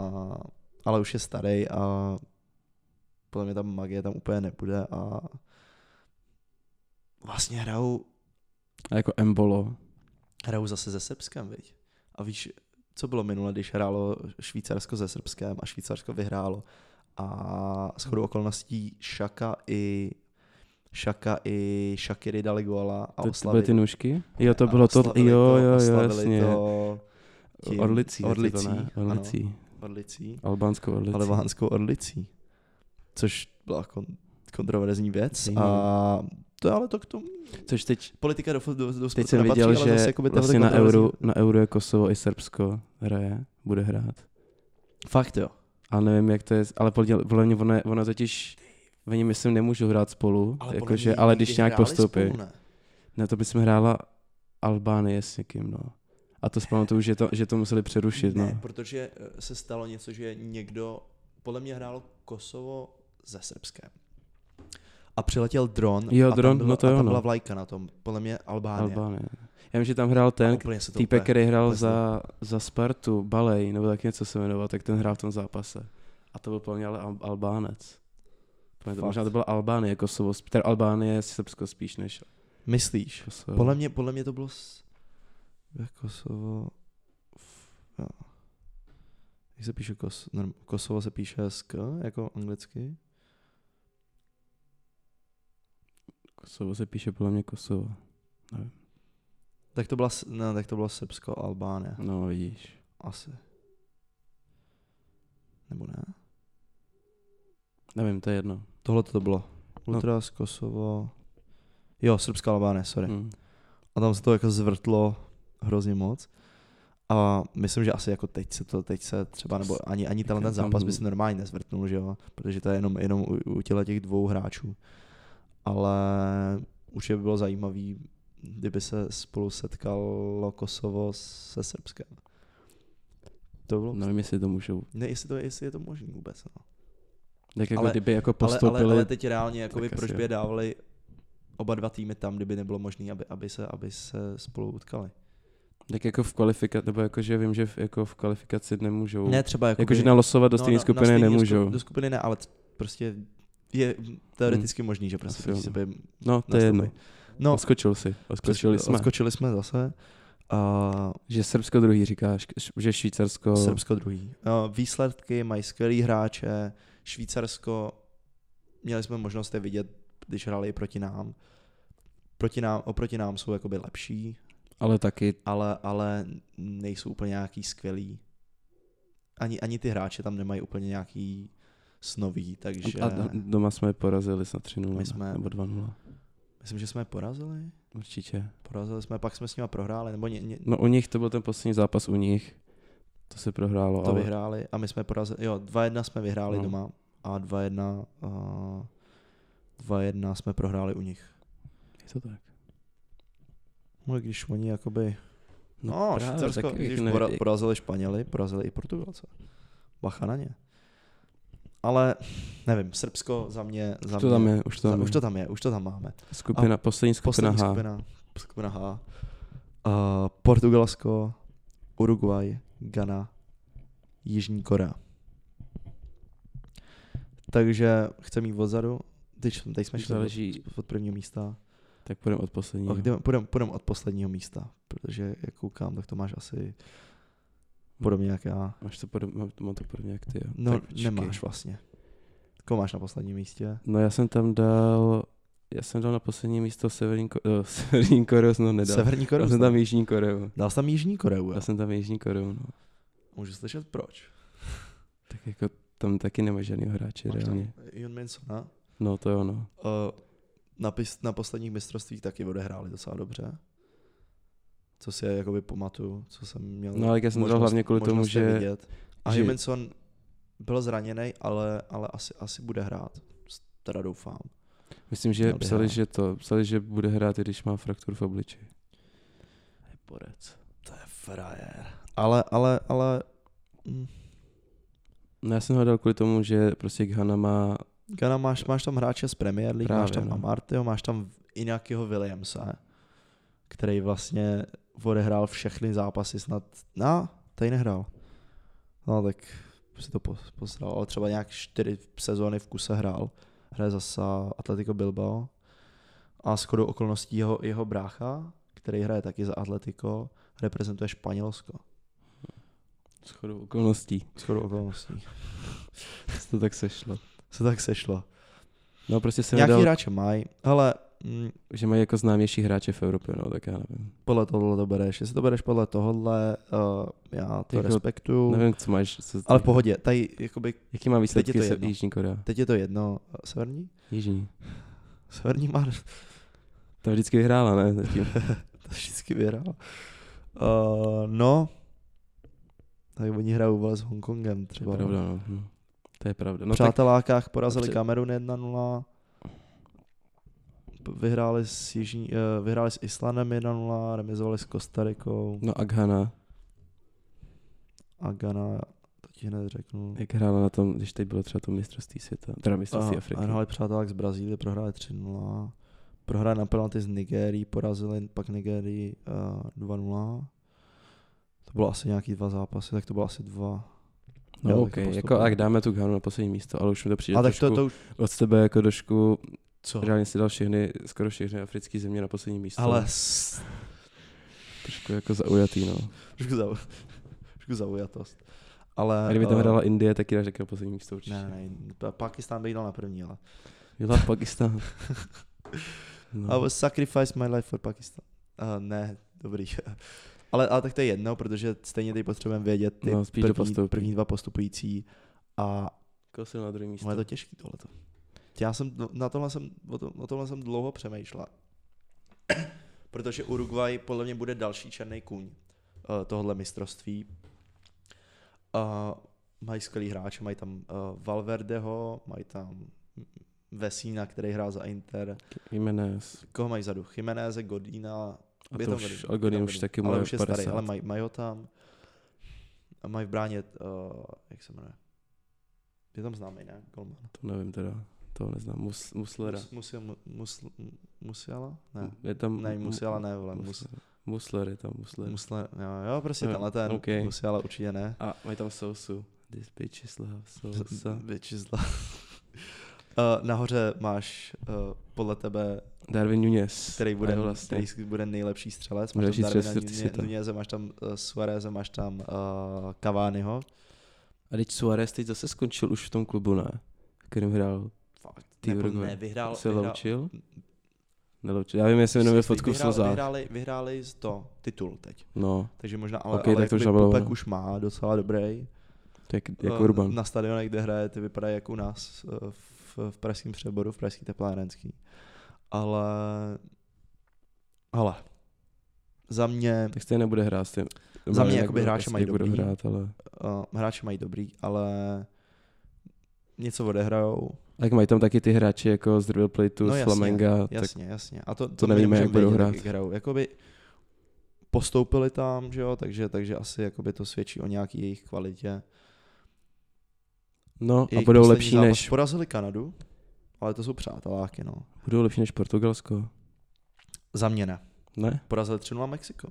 B: ale už je starý a podle mě tam magie tam úplně nebude a vlastně hrajou
A: A jako Embolo.
B: hrajou zase se Srbskem, viď? A víš, co bylo minule, když hrálo Švýcarsko se Srbskem a Švýcarsko vyhrálo. A shodou okolností Šaka i Šaka i Šakiry dali gola a
A: To, to byly
B: oslavili.
A: ty nůžky? Jo, to
B: a
A: bylo to,
B: oslavili
A: jo, jo, jo,
B: oslavili
A: jasně.
B: To tím
A: Orlicí,
B: Orlicí,
A: Orlicí, to ne?
B: ano.
A: Orlicí.
B: Orlicí,
A: Albánskou Orlicí.
B: albánskou Orlicí. Což byla kon- kontroverzní věc.
A: Zajímavý.
B: A to ale to k tomu.
A: Což teď,
B: Politika do, fot- do, do
A: teď
B: sportu
A: jsem
B: nepatří,
A: viděl,
B: ale zase
A: že
B: jakoby tohle
A: vlastně na
B: kontroverzní.
A: euro, na euro je Kosovo i Srbsko hraje, bude hrát.
B: Fakt jo.
A: A nevím, jak to je, ale podle, podle mě ono, je- ono totiž, oni myslím nemůžou hrát spolu,
B: Ale,
A: ale,
B: podle
A: jako,
B: mě
A: že, ale
B: někdy
A: když nějak
B: hráli
A: postoupí.
B: Spolu, ne?
A: Ne, to by jsme hrála Albánie s někým, no. A to zpamatuju, že to, že to museli přerušit,
B: ne,
A: no.
B: protože eh, se stalo něco, že někdo, podle mě hrálo Kosovo ze Srbskem. A přiletěl dron
A: Jo,
B: a tam
A: dron,
B: byla,
A: no to
B: a
A: jo,
B: tam
A: no.
B: byla vlajka na tom. Podle mě Albánie.
A: Albánie. Já vím, že tam hrál
B: A
A: ten
B: úplně se to
A: týpek,
B: úplně-
A: který hrál
B: úplně se to-
A: za, za Spartu, Balej, nebo tak něco se jmenoval, tak ten hrál v tom zápase. A to byl plně ale Al- Albánec. Plně to,
B: Fakt.
A: možná to byla Albánie, Kosovo, spí- teda Albánie je Srbsko spíš než
B: Myslíš?
A: Kosovo.
B: Podle mě, podle mě to bylo s... ve Kosovo... v- jo. Jak se píše Kos... norm- Kosovo se píše s K, jako anglicky?
A: Kosovo se píše podle mě Kosovo.
B: Tak to, byla, s- ne, tak to bylo Srbsko, Albánie.
A: No vidíš.
B: Asi. Nebo ne?
A: Nevím, to je jedno.
B: Tohle to bylo. Ultras, Kosovo. Jo, Srbská Albánie, sorry.
A: Hmm.
B: A tam se to jako zvrtlo hrozně moc. A myslím, že asi jako teď se to, teď se třeba, nebo ani, ani tenhle ten
A: Tam-
B: zápas by se normálně nezvrtnul, že jo? Protože to je jenom, jenom u, u těla těch dvou hráčů. Ale určitě by bylo zajímavý, kdyby se spolu setkalo Kosovo se Srbskem. To bylo... prostě-
A: Nevím, jestli to můžou.
B: Ne, jestli, to, jestli je to možný vůbec. No.
A: Tak jako
B: Ale-
A: ale, kdyby jako
B: Ale,
A: postoupili.
B: ale, ale teď reálně, jakoby,
A: tak asi
B: proč
A: jo.
B: by je dávali oba dva týmy tam, kdyby nebylo možné, aby, aby, se, aby se spolu utkali.
A: Tak jako v kvalifikaci, nebo jako že vím, že v, jako v kvalifikaci nemůžou.
B: Ne třeba jakoby, no,
A: Jakože nalosovat do stejné
B: na- na
A: skupiny
B: stejný
A: nemůžou.
B: skup- Do skupiny ne, ale t- prostě je teoreticky možný, že prostě
A: Asi jo,
B: proti
A: no.
B: sebe
A: No, to je
B: nastoupí.
A: jedno.
B: No,
A: Oskočil si. Oskočili
B: přes-
A: jsme.
B: Odskočili jsme zase. A
A: Že Srbsko druhý říkáš, š- že Švýcarsko...
B: Srbsko druhý. A výsledky mají skvělý hráče. Švýcarsko, měli jsme možnost je vidět, když hráli proti nám. Proti nám, oproti nám jsou jakoby lepší,
A: Ale taky
B: ale, ale nejsou úplně nějaký skvělý. Ani, ani ty hráče tam nemají úplně nějaký snový, takže...
A: a a doma jsme je porazili snad 3-0
B: My jsme-
A: ne? nebo 2-0.
B: Myslím, že jsme je porazili.
A: Určitě.
B: Porazili jsme, pak jsme s nima prohráli, nebo ně, ně,
A: No u nich to byl ten poslední zápas u nich. To se prohrálo,
B: to
A: ale
B: vyhráli a my jsme porazili, jo, 2-1 jsme vyhráli no.
A: No.
B: doma a 2-1, uh, 2-1 jsme prohráli u nich.
A: je to tak.
B: No, když oni jakoby, no,
A: právě,
B: Švýcarsko,
A: taky
B: když
A: ne-
B: pora, porazili Španěli, porazili i Portugalce. Bacha na ně. Ale nevím, Srbsko za mě... Za
A: Už to
B: mě,
A: tam je, už to
B: za,
A: tam je.
B: už to tam je, už to tam máme.
A: Skupina, poslední skupina
B: Poslední
A: H.
B: skupina, skupina H. Uh, Portugalsko, Uruguay, Ghana, Jižní Korea. Takže chceme jít odzadu. Teď, teď jsme šli
A: Záleží-
B: od, od prvního místa.
A: Tak půjdeme od posledního.
B: A Jdeme, půjdem, půjdem od posledního místa, protože jak koukám, tak to máš asi podobně jak já.
A: Máš to podobně, mám to podobně jak ty, jo.
B: No
A: Tak počkej.
B: nemáš vlastně. Koho máš na posledním místě?
A: No já jsem tam dal, já jsem dal na poslední místo Severní, Ko- eh, Severní Koreu, jsem tam nedal.
B: Severní Koreu.
A: Dal jsem tam Jižní Koreu.
B: Dal jsi tam Jižní Koreu,
A: Já
B: jo?
A: jsem tam Jižní Koreu, no.
B: Můžu slyšet proč.
A: Tak jako tam taky nemá žádný hráče,
B: Máš tam
A: reálně.
B: Jun Minsona.
A: No to jo, no.
B: Uh, na, pis, na posledních mistrovstvích taky odehráli docela dobře. Co si jakoby pamatuju, co jsem měl.
A: No, ale já jsem to dal hlavně kvůli tomu,
B: možnost je
A: že-
B: Vidět. A
A: že-
B: že... Humanson byl zraněný, ale, ale asi, asi bude hrát. Teda doufám.
A: Myslím, že
B: Měl by
A: psali,
B: hrát.
A: že to, psali, že bude hrát, i když má frakturu v obliči. Porec.
B: To je frajer. Ale, ale, ale... mm,
A: No já jsem ho dal kvůli tomu, že prostě Ghana má,
B: Gana, máš, máš tam hráče z Premier League,
A: Právě,
B: máš tam
A: no.
B: no. Amartyho, máš tam Inakyho Williamsa, který vlastně odehrál všechny zápasy snad. No, tady nehrál. No tak si to po- posral, ale třeba nějak čtyři sezóny v kuse hrál. Hraje zasa Atletico Bilbao a shodou okolností jeho, jeho brácha, který hraje taky za Atletico, reprezentuje Španělsko.
A: shodou okolností,
B: Shodou okolností.
A: se to tak sešlo.
B: Se tak sešlo.
A: No prostě jsem
B: Nějaký
A: dal,
B: hráče mají, ale mm,
A: že mají jako známější hráče v Evropě, no tak já nevím.
B: podle tohohle to bereš. Jestli to bereš podle tohohle, uh, já to
A: Jako,
B: jako, respektuju. Nevím,
A: Nevím, co máš, co,
B: ale v pohodě, tady jakoby,
A: jaký má
B: Teď
A: výsledky
B: je to
A: se,
B: jedno.
A: Jižní Korea?
B: teď je to jedno, eh, severní?
A: Jižní.
B: Severní má
A: Ta vždycky vyhrála, ne? Zatím.
B: to vždycky vyhrál. Uh, no, tak oni hrajou vole s Hongkongem
A: To je
B: třeba.
A: pravda, no.
B: Hmm.
A: Hm. To je pravda.
B: No,
A: No, tak,
B: přátelákách porazili
A: Dobře.
B: Kamerun 1-0, p- vyhráli s, Jižní, eh, vyhráli s Islandem 1-0, remizovali s Kostarikou
A: no a Ghana,
B: a Ghana, to ti hned řeknu.
A: jak hrála na tom, když teď bylo třeba to mistrovství světa, teda mistrovství
B: A-
A: Afriky.
B: A hráli přátelák z Brazílie, prohráli 3-0. Prohráli na penalty z Nigérií, porazili pak Nigérii uh, 2-0. To bylo asi nějaký dva zápasy, tak to bylo asi dva.
A: No,
B: Jo,
A: no
B: tak
A: ok,
B: to
A: jako
B: postupuje.
A: tak dáme tu Ghanu na poslední místo, ale už mi to přijde
B: a tak
A: trošku
B: to, to už...
A: od tebe jako trošku,
B: Co?
A: reálně si dal všechny, skoro všechny africké země na poslední místo.
B: Ale s-
A: Trošku jako zaujatý, no.
B: trošku, zau, trošku zaujatost.
A: A
B: Ale,
A: kdyby tam
B: eh,
A: hrála Indie, tak ji dáš taky na poslední místo určitě.
B: Ne, ne, ne, Pa- Pakistán bych dal na první, ale...
A: Jela Pakistán.
B: I
A: No.
B: will sacrifice my life for Pakistan. Uh, ne, dobrý. ale, ale tak to je jedno, protože stejně teď potřebujeme vědět ty
A: No,
B: no,
A: spíš do
B: první,
A: postupu.
B: první, dva postupující a
A: Kosil na druhé místo.
B: No je to těžký tohleto. Já jsem, no, na tomhle jsem, o, tom, o tomhle jsem dlouho přemýšlel. Protože Uruguay podle mě bude další černý kůň uh, tohle mistrovství. Uh, mají skvělý hráče, mají tam uh, Valverdeho, mají tam Vesína, který hrál za Inter.
A: Jimenez.
B: Koho mají vzadu? Chimeneze, Godína.
A: A
B: je
A: to
B: tam
A: už-
B: Godín,
A: ale
B: je
A: Godín
B: tam
A: už
B: Godín.
A: taky mu
B: ale
A: je
B: už je starý,
A: 50.
B: ale mají, mají ho tam. A mají v bráně, uh, jak se jmenuje? Je tam známý, ne? Golman.
A: To nevím teda. To neznám. Mus, muslera.
B: Mus, musil, mu- musl, m- musiala? Ne,
A: Je tam...
B: ne musiala ne, vole, mus,
A: Musler. Musler je tam, Musler.
B: musle, jo, jo, prostě
A: Jo,
B: tenhle ten,
A: OK.
B: okay. musiala určitě ne.
A: A mají tam sousu. This bitch is love, sousa.
B: Vyčizla. Eh, Nahoře máš eh, podle tebe,
A: Darwin Nunez.
B: který bude,
A: A jo, vlastně.
B: který bude nejlepší střelec. Máš
A: Nejlepší
B: tam Darwina
A: střelec světa.
B: Nuně- Nuněze, máš tam uh, Suareze, máš tam uh, Cavaniho.
A: A teď Suarez teď zase skončil už v tom klubu, ne? V kterém hrál.
B: Fakt,
A: Ty
B: nebo
A: Uruguay.
B: ne, vyhrál,
A: Se
B: vyhrál,
A: loučil? Neloučil. Já vím, jestli jmenuje fotku v
B: vyhrál,
A: slzách.
B: vyhráli, vyhráli z to titul teď.
A: No,
B: Takže možná, ale,
A: Ok,
B: ale
A: tak to už
B: jakoby
A: nebylo,
B: Pupek
A: no.
B: už má docela dobrý.
A: to je jak, jak
B: Eh,
A: Urban.
B: Na stadionech, kde hraje, ty vypadají jako u nás eh, v, v pražském přeboru, v pražský teplárenský. Ale... Ale... Za mě
A: Tak stejně nebude hrát s tím.
B: Za mě
A: jak
B: jakoby
A: budou-
B: hráče
A: jestli
B: mají
A: budou
B: dobrý.
A: hrát, ale...
B: uh, hráči mají dobrý, ale něco odehrajou.
A: Tak mají tam taky ty hráči jako z Real Platu,
B: No
A: z
B: jasně,
A: Flamenga, tak
B: Jasně, jasně. A to, to,
A: nevíme,
B: my nemůžeme
A: jak budou
B: vědět,
A: hrát.
B: Jak hrajou. Jakoby postoupili tam, že jo, takže, takže asi jakoby to svědčí o nějaký jejich kvalitě.
A: No a
B: Jejich
A: budou
B: poslední
A: lepší,
B: zápas
A: než,
B: Porazili Kanadu, ale to jsou přáteláky, no.
A: budou lepší než Portugalsko.
B: Za mě ne.
A: Ne?
B: Porazili 3 Mexiko.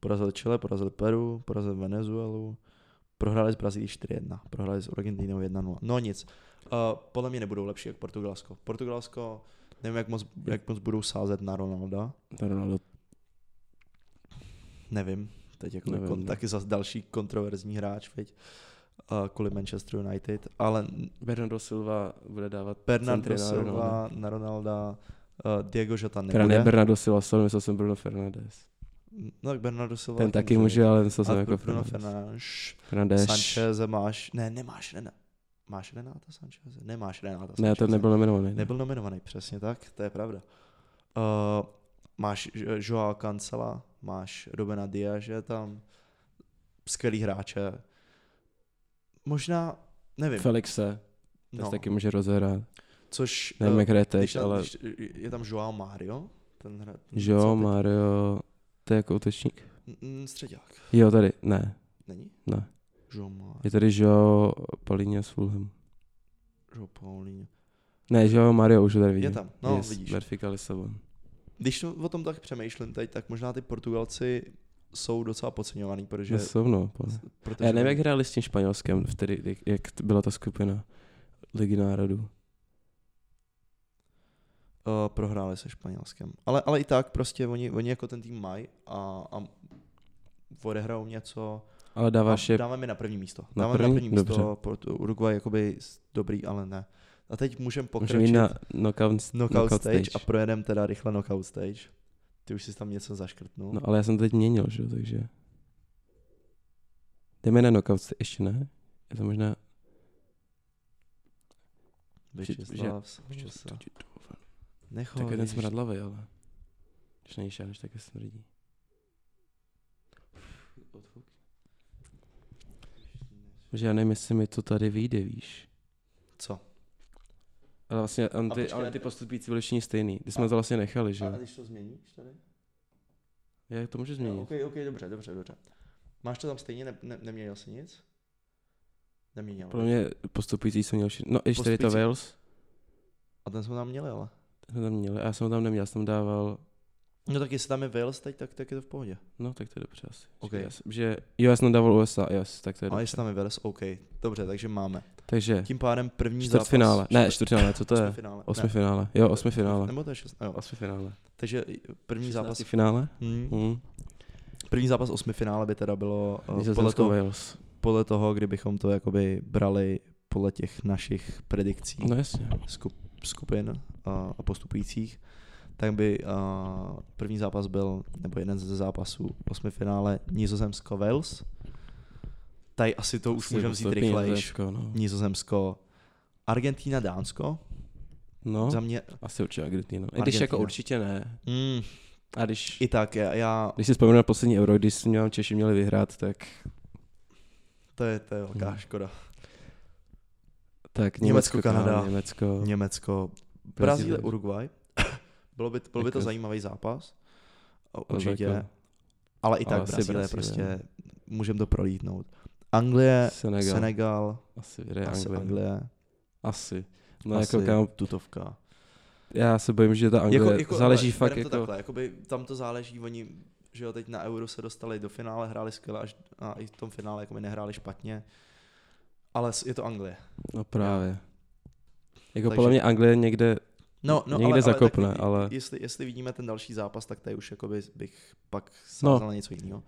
B: Porazili Chile, porazili Peru, porazili Venezuelu, prohráli s Brazílií 4-1, prohráli s Argentinou 1-0. No nic, uh, podle mě nebudou lepší jak Portugalsko. Portugalsko, nevím, jak moc, jak moc budou sázet na Ronalda,
A: Na Ronaldo.
B: nevím, teď jako
A: Nevím,
B: nevím, kon,
A: no.
B: taky zase další kontroverzní hráč, veď, uh, kvůli Manchester United, ale
A: Bernardo Silva bude dávat
B: Bernardo
A: centry na Ronalda.
B: Silva na Ronalda, uh, Diego
A: Teda
B: Jota
A: ne
B: nebude.
A: Bernardo Silva, sorry, myslel jsem Bruno Fernandes.
B: No, tak Bernardo Silva
A: Ten taky může, ale myslel jsem jako
B: Bruno
A: Fernandes.
B: Fernandes.
A: Fernandes.
B: Sanchez máš, ne, nemáš Rena. Máš Renáta Sancheze? Nemáš Renáta
A: Ne, ten
B: Sancheze.
A: nebyl nominovaný. ne?
B: Nebyl nominovaný, přesně tak, to je pravda. Uh, máš Jo- Joao Cancela, máš Robena Diaže tam, skvělý hráče. Možná, nevím,
A: Felixe, ten
B: no,
A: se taky může rozehrát.
B: což,
A: Nevím,
B: eh,
A: jak hraje teď,
B: když, tam-
A: ale
B: když, eh, je tam Joao Mario, ten hra, ten co
A: Jo,
B: teď-
A: Mario, to je jako útočník?
B: Mm, Středák,
A: Jo, tady, ne,
B: není?
A: ne.
B: Joao Mario,
A: Je tady Jo Paulinho s Fulham.
B: Joao Paulinho.
A: Ne, Jo Mario už ho tady vidím.
B: Je tam, no
A: yes,
B: vidíš.
A: Benfica Lisabon.
B: Když to- o tom tak přemýšlím teď, tak možná ty Portugalci jsou docela podceňovaný, protože...
A: Že... Jsou, no, pane.
B: protože
A: Já nevím, jak hráli s tím Španělskem, vtedy, jak, jak t- byla ta skupina Ligy národů.
B: Uh, prohráli se Španělskem. Ale, ale i tak prostě oni, oni jako ten tým mají a, a odehrajou něco.
A: Ale
B: A
A: dáváš je...
B: dáme mi na první místo.
A: Na
B: dáme
A: první?
B: na první místo.
A: Dobře.
B: Portu, Uruguay jakoby s- dobrý, ale ne. A teď můžeme pokračovat
A: Můžeme jít na knockout,
B: knockout, knockout stage, stage a projedeme teda rychle knockout stage. Ty už jsi tam něco zaškrtnul.
A: No, ale já jsem to teď měnil, že jo, takže... Jdeme na knockout stage, ještě ne? Je to možná...
B: Vyčeslav, Vyčeslav. Nechoď.
A: Tak je ten
B: Ježiš,
A: smradlavý, ale. Když není šáš, tak je smrdí. Že já nevím, jestli mi to tady vyjde, víš.
B: Co?
A: Ale vlastně on
B: A
A: ty,
B: počkej,
A: ale
B: a-
A: ty postupující byli všichni stejný. Ty jsme to vlastně nechali, že?
B: A,
A: jo?
B: a když to změníš tady?
A: Já to můžu
B: Jo,
A: změnit.
B: ok, ok, dobře, dobře, dobře. Máš to tam stejně, ne, ne, neměnil jsi nic? Neměnil.
A: Podle mě postupující jsou měl všichni. No, ještě tady to
B: Postupující.
A: Wales.
B: A ten jsme tam měli, ale.
A: Ten jsme tam měli, a já jsem ho tam neměl, já jsem tam dával.
B: No tak jestli tam je Wales teď, tak, tak je to v pohodě.
A: No, tak to je dobře asi.
B: Ok.
A: Říkal jsem, Že, jo, já jsem tam dával USA, yes, tak to je
B: A
A: dobře.
B: jestli tam je Wales, OK. Dobře, takže máme.
A: Takže,
B: Tím pádem první zápas.
A: čtvrtfinále. Ne, čtvrtfinále, co to je?
B: Osmifinále.
A: Osmi finále. Jo, osmi
B: Ne,
A: finále.
B: nebo to je šest, jo.
A: Osmi finále.
B: Takže první zápas,
A: finále?
B: hm,
A: Mm.
B: první zápas osmi finále by teda bylo eh, podle
A: Nizozemsko
B: toho,
A: Wales.
B: podle toho, kdybychom to jakoby brali podle těch našich predikcí.
A: No jasně.
B: skup, skupin a, a postupujících, tak by a, první zápas byl, nebo jeden ze zápasů osmi finále Nizozemsko Wales. Tady asi to už
A: Asi
B: můžeme vzít
A: postoupí
B: rychlejš.
A: Nizozemsko, No.
B: Nizozemsko, Argentína, Dánsko.
A: no
B: Za mě,
A: asi určitě Argentina. I když jako
B: Argentina.
A: určitě ne.
B: mm,
A: A když,
B: i tak, já, já
A: když si vzpomínám na poslední euro, když jsme nám Češi měli vyhrát, tak,
B: to, je, to je velká
A: Mm.
B: škoda.
A: tak
B: Německo,
A: Německo, Kanada,
B: Kanada.
A: Německo,
B: Německo,
A: Brazílie.
B: Brazílie, Uruguay. bylo by, bylo by to
A: Jako-
B: zajímavý zápas. A
A: Ale
B: Určitě.
A: jako
B: Ale i tak
A: Ale asi Brazílie.
B: Brazílie prostě, můžeme to prolítnout. Anglie,
A: Senegal.
B: Senegal, Senegal
A: Asi vyhraje
B: asi
A: Anglie.
B: Anglie,
A: Asi. No
B: asi
A: jako kam,
B: tutovka.
A: já se bojím, že ta Anglie záleží
B: Jako- ale
A: fakt
B: berem to
A: jako,
B: Takhle, jakoby, tam to záleží, oni že jo, teď na Euro se dostali do finále, hráli skvěle až, a i v tom finále jakoby nehráli špatně. Ale s- je to Anglie.
A: no právě. Jako
B: Takže-
A: podle mě Anglie někde,
B: No, no,
A: Někde
B: ale,
A: zakopne,
B: ale, tak,
A: ale-
B: Jestli, jestli vidíme ten další zápas, tak tady už jakoby bych pak
A: No.
B: sázal no. na něco jiného.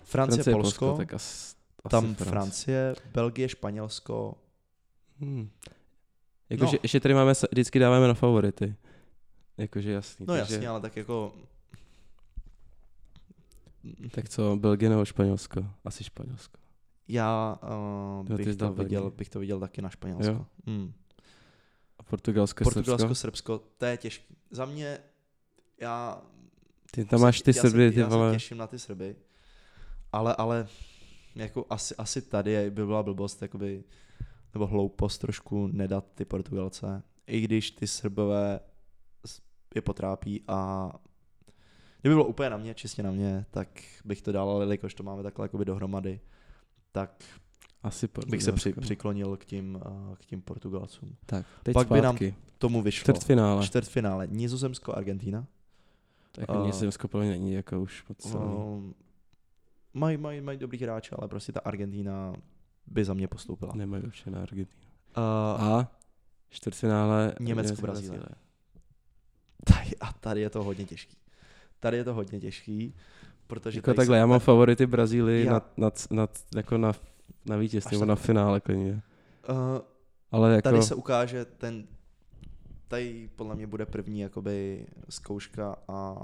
B: Francie, Francie Polsko, Polsko
A: tak as, asi
B: tam
A: Francie.
B: Francie, Belgie, Španělsko,
A: Hmm. Jakože
B: No.
A: no. ještě tady máme, sa- vždycky dáváme na favority. Jakože jasný.
B: No
A: takže,
B: jasně, ale tak jako...
A: Tak co, Belgie nebo Španělsko? Asi Španělsko.
B: Já
A: Jo,
B: uh,
A: ty
B: bych,
A: jsi dal
B: to viděl,
A: Belgii.
B: bych to viděl taky na Španělsko.
A: Jo.
B: Hmm.
A: A Portugalsko, Srbsko?
B: Portugalsko, Srbsko, to je těžké. Za mě, já...
A: Ty tam máš ty
B: já se-
A: Srby, ty
B: já se
A: vole.
B: těším na ty Srby. Ale, ale jako asi, asi tady je- by byla blbost, jakoby, nebo hloupost trošku nedat ty Portugalce. I když ty Srbové s- je potrápí a kdyby bylo úplně na mě, čistě na mě, tak bych to dal, ale jelikož to máme takhle jakoby dohromady, tak
A: Asi
B: bych se při,
A: Portugalsko.
B: přiklonil k tím, eh, k tím Portugalcům.
A: Tak, teď
B: Pak by nám
A: zpátky.
B: Tomu vyšlo.
A: Čtvrtfinále.
B: Čtvrtfinále. Nizozemsko, Argentina.
A: Tak
B: a-
A: uh, Nizozemsko podle mě není jako už moc silný.
B: Um, mají, mají, mají dobrý hráče, ale prostě ta Argentina by za mě postoupila. Uh,
A: Nemají určitě na Argentinu.
B: a,
A: A čtvrtfinále
B: Německo, Brazílie. tady, a tady je to hodně těžký. Tady je to hodně těžký, protože...
A: Jako
B: tady
A: takhle,
B: se-
A: já mám favority Brazílii
B: Já-
A: nad, nad, nad, jako na, na vítězství,
B: Až
A: nebo na finále klidně.
B: Eh,
A: Ale jako,
B: Tady se ukáže ten, tady podle mě bude první jakoby zkouška a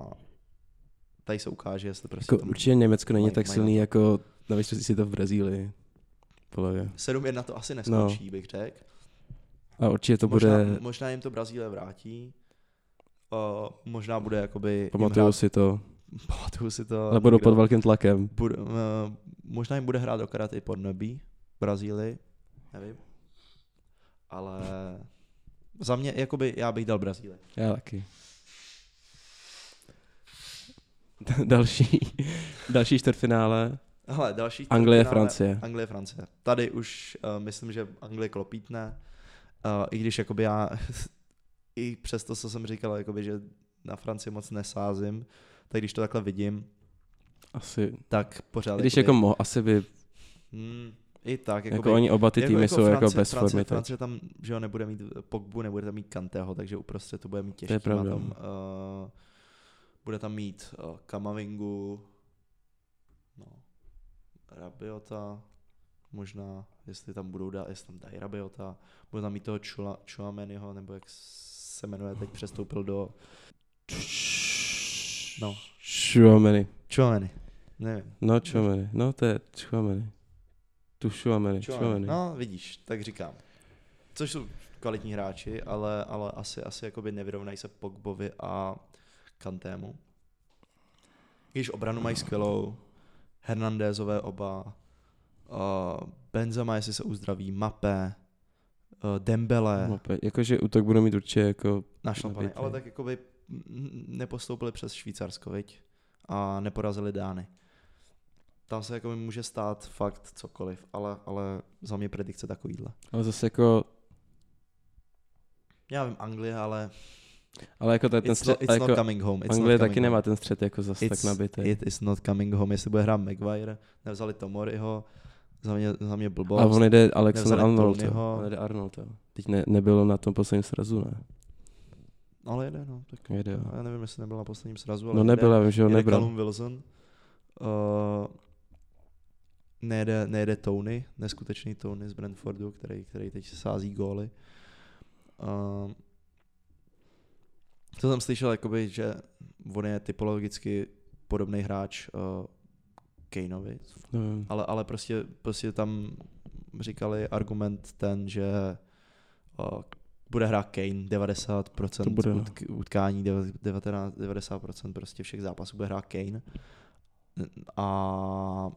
B: tady se ukáže, jestli prostě
A: jako
B: tam...
A: určitě Německo není
B: mají-
A: tak
B: mají
A: silný
B: na to.
A: jako na mistrovství světa v Brazílii. Podle mě.
B: 7-1 to asi neskončí, no. bych řekl.
A: A určitě to
B: možná,
A: bude,
B: možná jim to Brazílie vrátí. Uh, možná bude jakoby... jim
A: pamatuju
B: hrát-
A: si to,
B: Pamatuju si to.
A: ale budou
B: někdo-
A: pod velkým tlakem.
B: bude, uh, možná jim bude hrát do karate pod nebí Brazílii, nevím. Ale za mě, jakoby, já bych dal Brazílii.
A: Já taky. další, další čtvrtfinále,
B: Ale další
A: Anglie,
B: čtvrtfinále-
A: Francie.
B: Anglie, Francie. Tady už uh, myslím, že Anglie klopítne, uh, i když jakoby já, i přes to, co jsem říkal, jakoby, že na Francii moc nesázím, tak když to takhle vidím,
A: Asi,
B: tak pořád...
A: když
B: jakoby-
A: jako mo, asi by,
B: hmm, I tak,
A: jako, jako oni oba ty týmy jsou jako bez
B: Francie,
A: formy. teď.
B: Francie tam, že jo, nebude mít Pogbu, nebude tam mít Kanteho, takže uprostřed to bude mít těžké.
A: je pravda.
B: Tam, uh, bude tam mít uh, Kamavingu, no, Rabiota, možná, jestli tam budou dát, jestli tam dají Rabiota, bude tam mít toho Chula, Chuameniho, nebo jak se jmenuje, teď přestoupil do No.
A: Šuameny.
B: Chuameni. Nevím.
A: No, čuameny. No, to je čuameny. Tu šuameny, čuameny.
B: No, vidíš, tak říkám. Což jsou kvalitní hráči, ale, ale asi, asi jakoby nevyrovnají se Pogbovi a Kantému. Když obranu mají skvělou, Hernandézové oba, uh, Benzema, jestli se uzdraví, eh, Mape, uh, Dembele,
A: Mbappé. Jakože útok budou mít určitě jako...
B: našlapaný,
A: Mbappé.
B: ale tak jakoby mm, mm, nepostoupili přes Švýcarsko, viď? A neporazili Dány. Tam se jako může stát fakt cokoliv, ale, ale za mě predikce takovýhle.
A: Ale zase jako...
B: Já vím Anglie, ale
A: Ale jako tady ten
B: it's,
A: střed...
B: not, it's
A: jako
B: not coming home. It's
A: Anglie
B: not
A: taky
B: coming
A: nemá
B: home.
A: ten střed jako zase tak
B: It's-
A: nabitý.
B: It is not coming home. Jestli bude hrát Maguire, nevzali Tomoriho, za mě, za mě blbost.
A: A on jde Alexander
B: nevzali
A: Arnold, jo.
B: Tonyho.
A: On jde Arnold, jo. Teď ne, nebylo na tom posledním srazu, ne?
B: Ale jede, no. Tak
A: Jede, jo.
B: já nevím, jestli nebyl na posledním srazu, ale
A: No
B: jede,
A: nebyl, já vím, že ho
B: jede
A: nebral.
B: Callum Wilson. Uh, nejede, nejede Tony, neskutečný Tony z Brentfordu, který, který teď sází góly. Uh, to jsem slyšel, jakoby, že on je typologicky podobný hráč uh, Kaneovi,
A: Nevím.
B: ale, ale prostě, prostě tam říkali argument ten, že o, bude hrát Kane 90%
A: To bude, no.
B: utk- utkání, deva- 19, 90% prostě všech zápasů bude hrát Kane a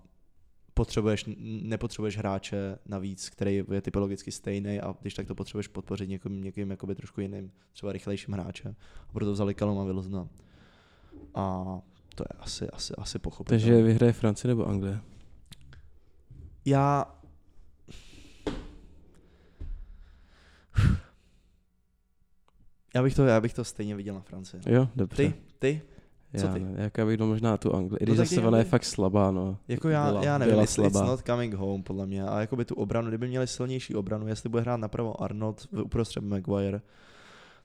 B: potřebuješ, nepotřebuješ hráče navíc, který je typologicky stejný a když tak to potřebuješ podpořit někým, někým jakoby trošku jiným, třeba rychlejším hráčem. A proto vzali Kaluma Wilsona. A to je asi, asi, asi pochopitelné.
A: Takže vyhraje Francie nebo Anglie?
B: Já... Já bych, to, já bych to stejně viděl na Francii.
A: Jo, dobře.
B: Ty, ty, co
A: já,
B: ty? No
A: Ne, jak já bych dal možná tu Anglii. I když
B: tak
A: zase
B: dej
A: ona je
B: Anglii.
A: fakt slabá, no.
B: jako já,
A: Byla-
B: já nevím,
A: byla
B: it's, it's
A: slabá.
B: not coming home podle mě. A jakoby tu obranu, kdyby měli silnější obranu, jestli bude hrát napravo Arnold v- uprostřed Maguire,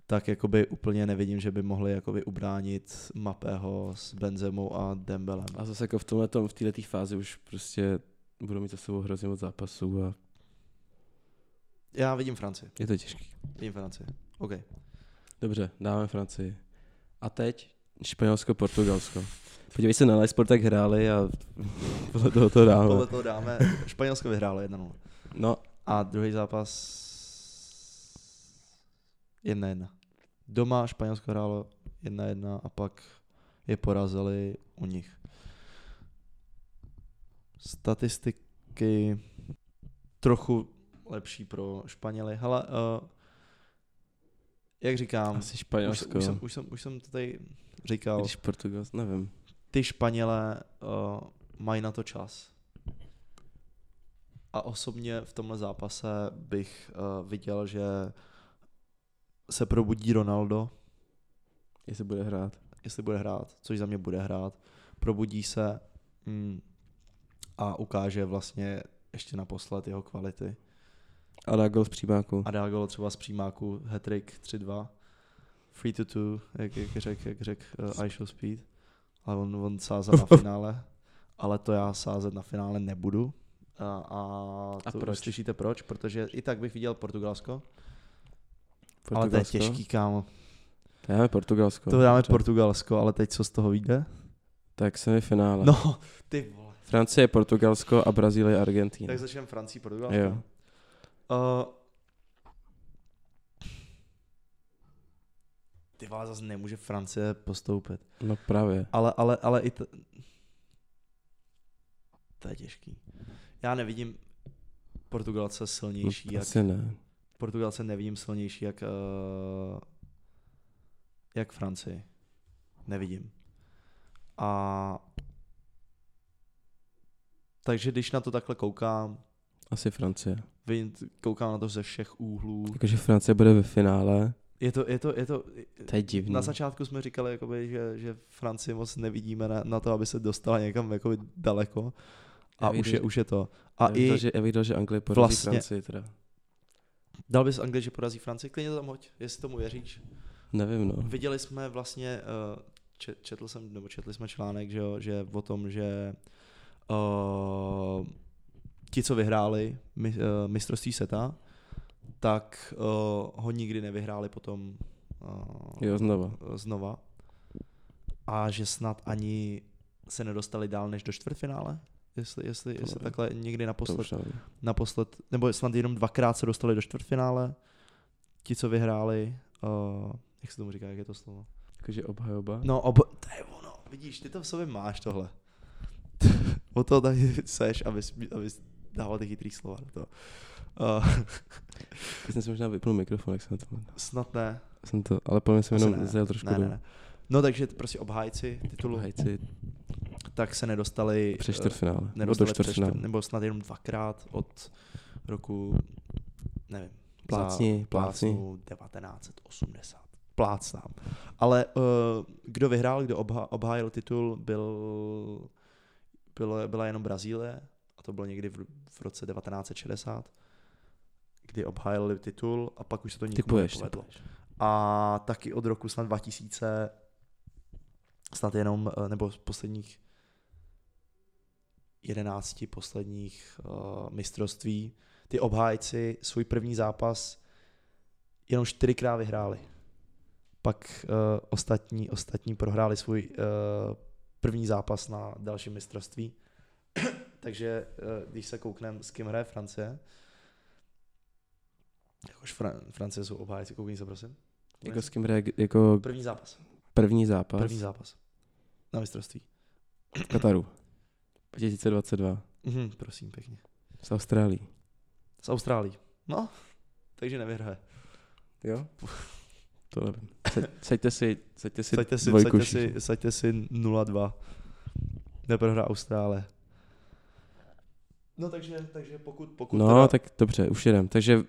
B: tak jakoby úplně nevidím, že by mohli jakoby ubránit Mapého s Benzemou a Dembelem.
A: A zase jako v tomhle tom, v této fázi už prostě budou mít za sebou hrozně moc zápasů a
B: Já vidím Francii,
A: je to těžký.
B: vidím Francii. OK.
A: Dobře, dáme Francii. A teď Španělsko, Portugalsko. Podívej se na Lejsport, jak hráli a podle toho to dáme.
B: Podle toho dáme, Španělsko vyhrálo 1-0.
A: No,
B: A druhý zápas jedna jedna. Doma Španělsko hrálo jedna jedna a pak je porazili u nich. Statistiky trochu lepší pro Španěly. Hele, uh, jak říkám,
A: asi
B: už,
A: Španělsko.
B: už, jsem, už, jsem, už jsem to tady říkal,
A: Když Portugalsko, nevím.
B: eh, ty Španělé uh, mají na to čas. A osobně v tomhle zápase bych uh, viděl, že se probudí Ronaldo,
A: Jestli bude hrát.
B: jestli bude hrát, což za mě bude hrát. Probudí se mm, a ukáže vlastně ještě naposled jeho kvality.
A: A dá gol z příbáku.
B: A dá gol třeba z přímáku, hat-trick 3-2, free to two, jak, jak řekl jak řek, uh, I Show Speed. A on, on sázal na finále, ale to já sázet na finále nebudu. A, a,
A: A
B: to
A: proč?
B: Slyšíte proč? Protože i tak bych viděl Portugalsko, ale to je
A: Portugalsko?
B: těžký, kámo.
A: To dáme Portugalsko.
B: To dáme
A: Dobře.
B: Portugalsko, ale teď co z toho vyjde?
A: Tak semifinále. No.
B: No, ty vole.
A: Francie, Portugalsko a Brazílie, Argentína.
B: Tak začneme Francii, Portugalsko.
A: Jo.
B: Uh, ty vole, zase nemůže Francie postoupit.
A: No právě.
B: Ale, ale, ale i to... To je těžký. Já nevidím Portugalce
A: No,
B: silnější, jak...
A: asi ne.
B: Portugalce nevidím silnější, jak... Uh, jak Francii. Nevidím. A... Takže když na to takhle koukám,
A: Asi Francie.
B: vidím, koukám na to ze všech úhlů.
A: Jakože Francie bude ve finále.
B: Je to, je to, je to...
A: To je divný.
B: Na začátku jsme říkali, jakoby, že, že Francii moc nevidíme na, na to, aby se dostala někam jakoby daleko. A
A: Já bych
B: už je,
A: dal-
B: už je to.
A: já
B: A
A: bych
B: i
A: dal, že, já bych dal, že Anglie porazí
B: vlastně-
A: vlastně... Francii teda.
B: dal bys Anglii, že porazí Francii, klidně to tam hoď, jestli tomu věříš.
A: Nevím, no.
B: Viděli jsme vlastně, eh, čet, četl jsem, nebo četli jsme článek, že, jo, že o tom, že uh, ti, co vyhráli mi, uh, mistrovství seta, tak uh, ho nikdy nevyhráli potom eh,
A: Jo, znova.
B: znova. A že snad ani se nedostali dál než do čtvrtfinále, jestli, jestli,
A: To
B: jestli
A: nevím.
B: takhle někdy
A: To
B: naposled,
A: už nevím.
B: naposled, nebo snad jenom dvakrát se dostali do čtvrtfinále. Ti, co vyhráli, uh, jak se tomu říká, jak je to slovo?
A: Jakože obhajoba.
B: No, obo, to je ono, vidíš, ty to v sobě máš tohle. o to tady seš, abys, abys dával ty chytrý slova do toho. Uh,
A: Teď jsem si možná vypnul mikrofon, jak jsem to...
B: snad ne.
A: Jsem to, ale podle mě jsem
B: Asi
A: jenom zjel trošku
B: ne, ne,
A: dolů.
B: ne. No takže prostě obhájci titulu.
A: Hajci,
B: tak se nedostali
A: přes
B: eh,
A: čtvrtfinále. Nebo do
B: nedostali přes
A: čtvrtfinále.
B: čtvrt, nebo snad jenom dvakrát od roku, nevím, za
A: Plácni, plácni.
B: plácnu 1980. Plácnám. Ale eh, kdo vyhrál, kdo obha- obhájil titul, byl, bylo, byla jenom Brazílie, a to bylo někdy v, v roce 1960, kdy obhájili titul a pak už se to nikomu
A: Typuješ,
B: nepovedlo. A taky od roku snad 2000 snad jenom, eh, nebo z posledních 11 posledních uh, mistrovství, ty obhájci svůj první zápas jenom čtyřikrát vyhráli. Pak uh, ostatní, ostatní prohráli svůj uh, první zápas na dalším mistrovství. Takže uh, když se kouknem, s kým hraje Francie, jakož Fran- Francie jsou obhájci, koukni se prosím.
A: Jako s kým hraje, jako
B: První zápas.
A: první zápas
B: První zápas. Na mistrovství.
A: v Kataru. 2022.
B: Mhm, prosím, pěkně.
A: S Austrálií.
B: Z Austrálií. No, takže nevyhraje.
A: Jo? To nevím. Se- Saďte si, saďte si,
B: Saďte si,
A: dvojku
B: saďte si,
A: všichni.
B: saďte si 0-2. Neprohra Austrálie. No takže, takže pokud, pokud
A: No,
B: teda,
A: tak dobře, už jedem. Takže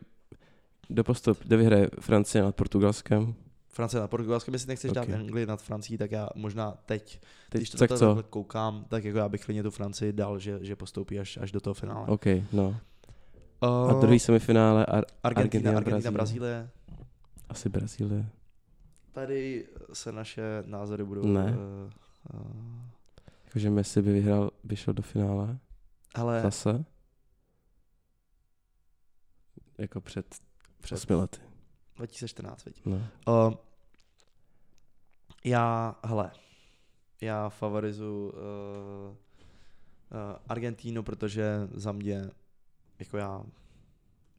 A: do postup, kde vyhraje Francie nad Portugalskem.
B: Francie na Portugalsko, jestli nechceš okay.
A: Ok.
B: dát Anglii nad Francií, tak já možná teď,
A: Teď,
B: když to
A: tak
B: takhle
A: co?
B: takhle koukám, tak jako já bych klidně tu Francii dal, že, že postoupí až, až do toho finále.
A: OK, no.
B: Uh,
A: A druhý semifinále a
B: Argentina,
A: Argentina,
B: Argentina,
A: Brazílie.
B: Brazílie.
A: asi Brazílie.
B: Tady se naše názory budou...
A: Ne.
B: Uh, uh,
A: Jakože Messi by vyhrál, by šel do finále.
B: ale
A: Zase. Jako před, před.
B: Před.
A: osmi lety.
B: 2014, viď.
A: No.
B: Uh, já, hele, já favorizu uh, uh, Argentínu, protože za mě, jako já,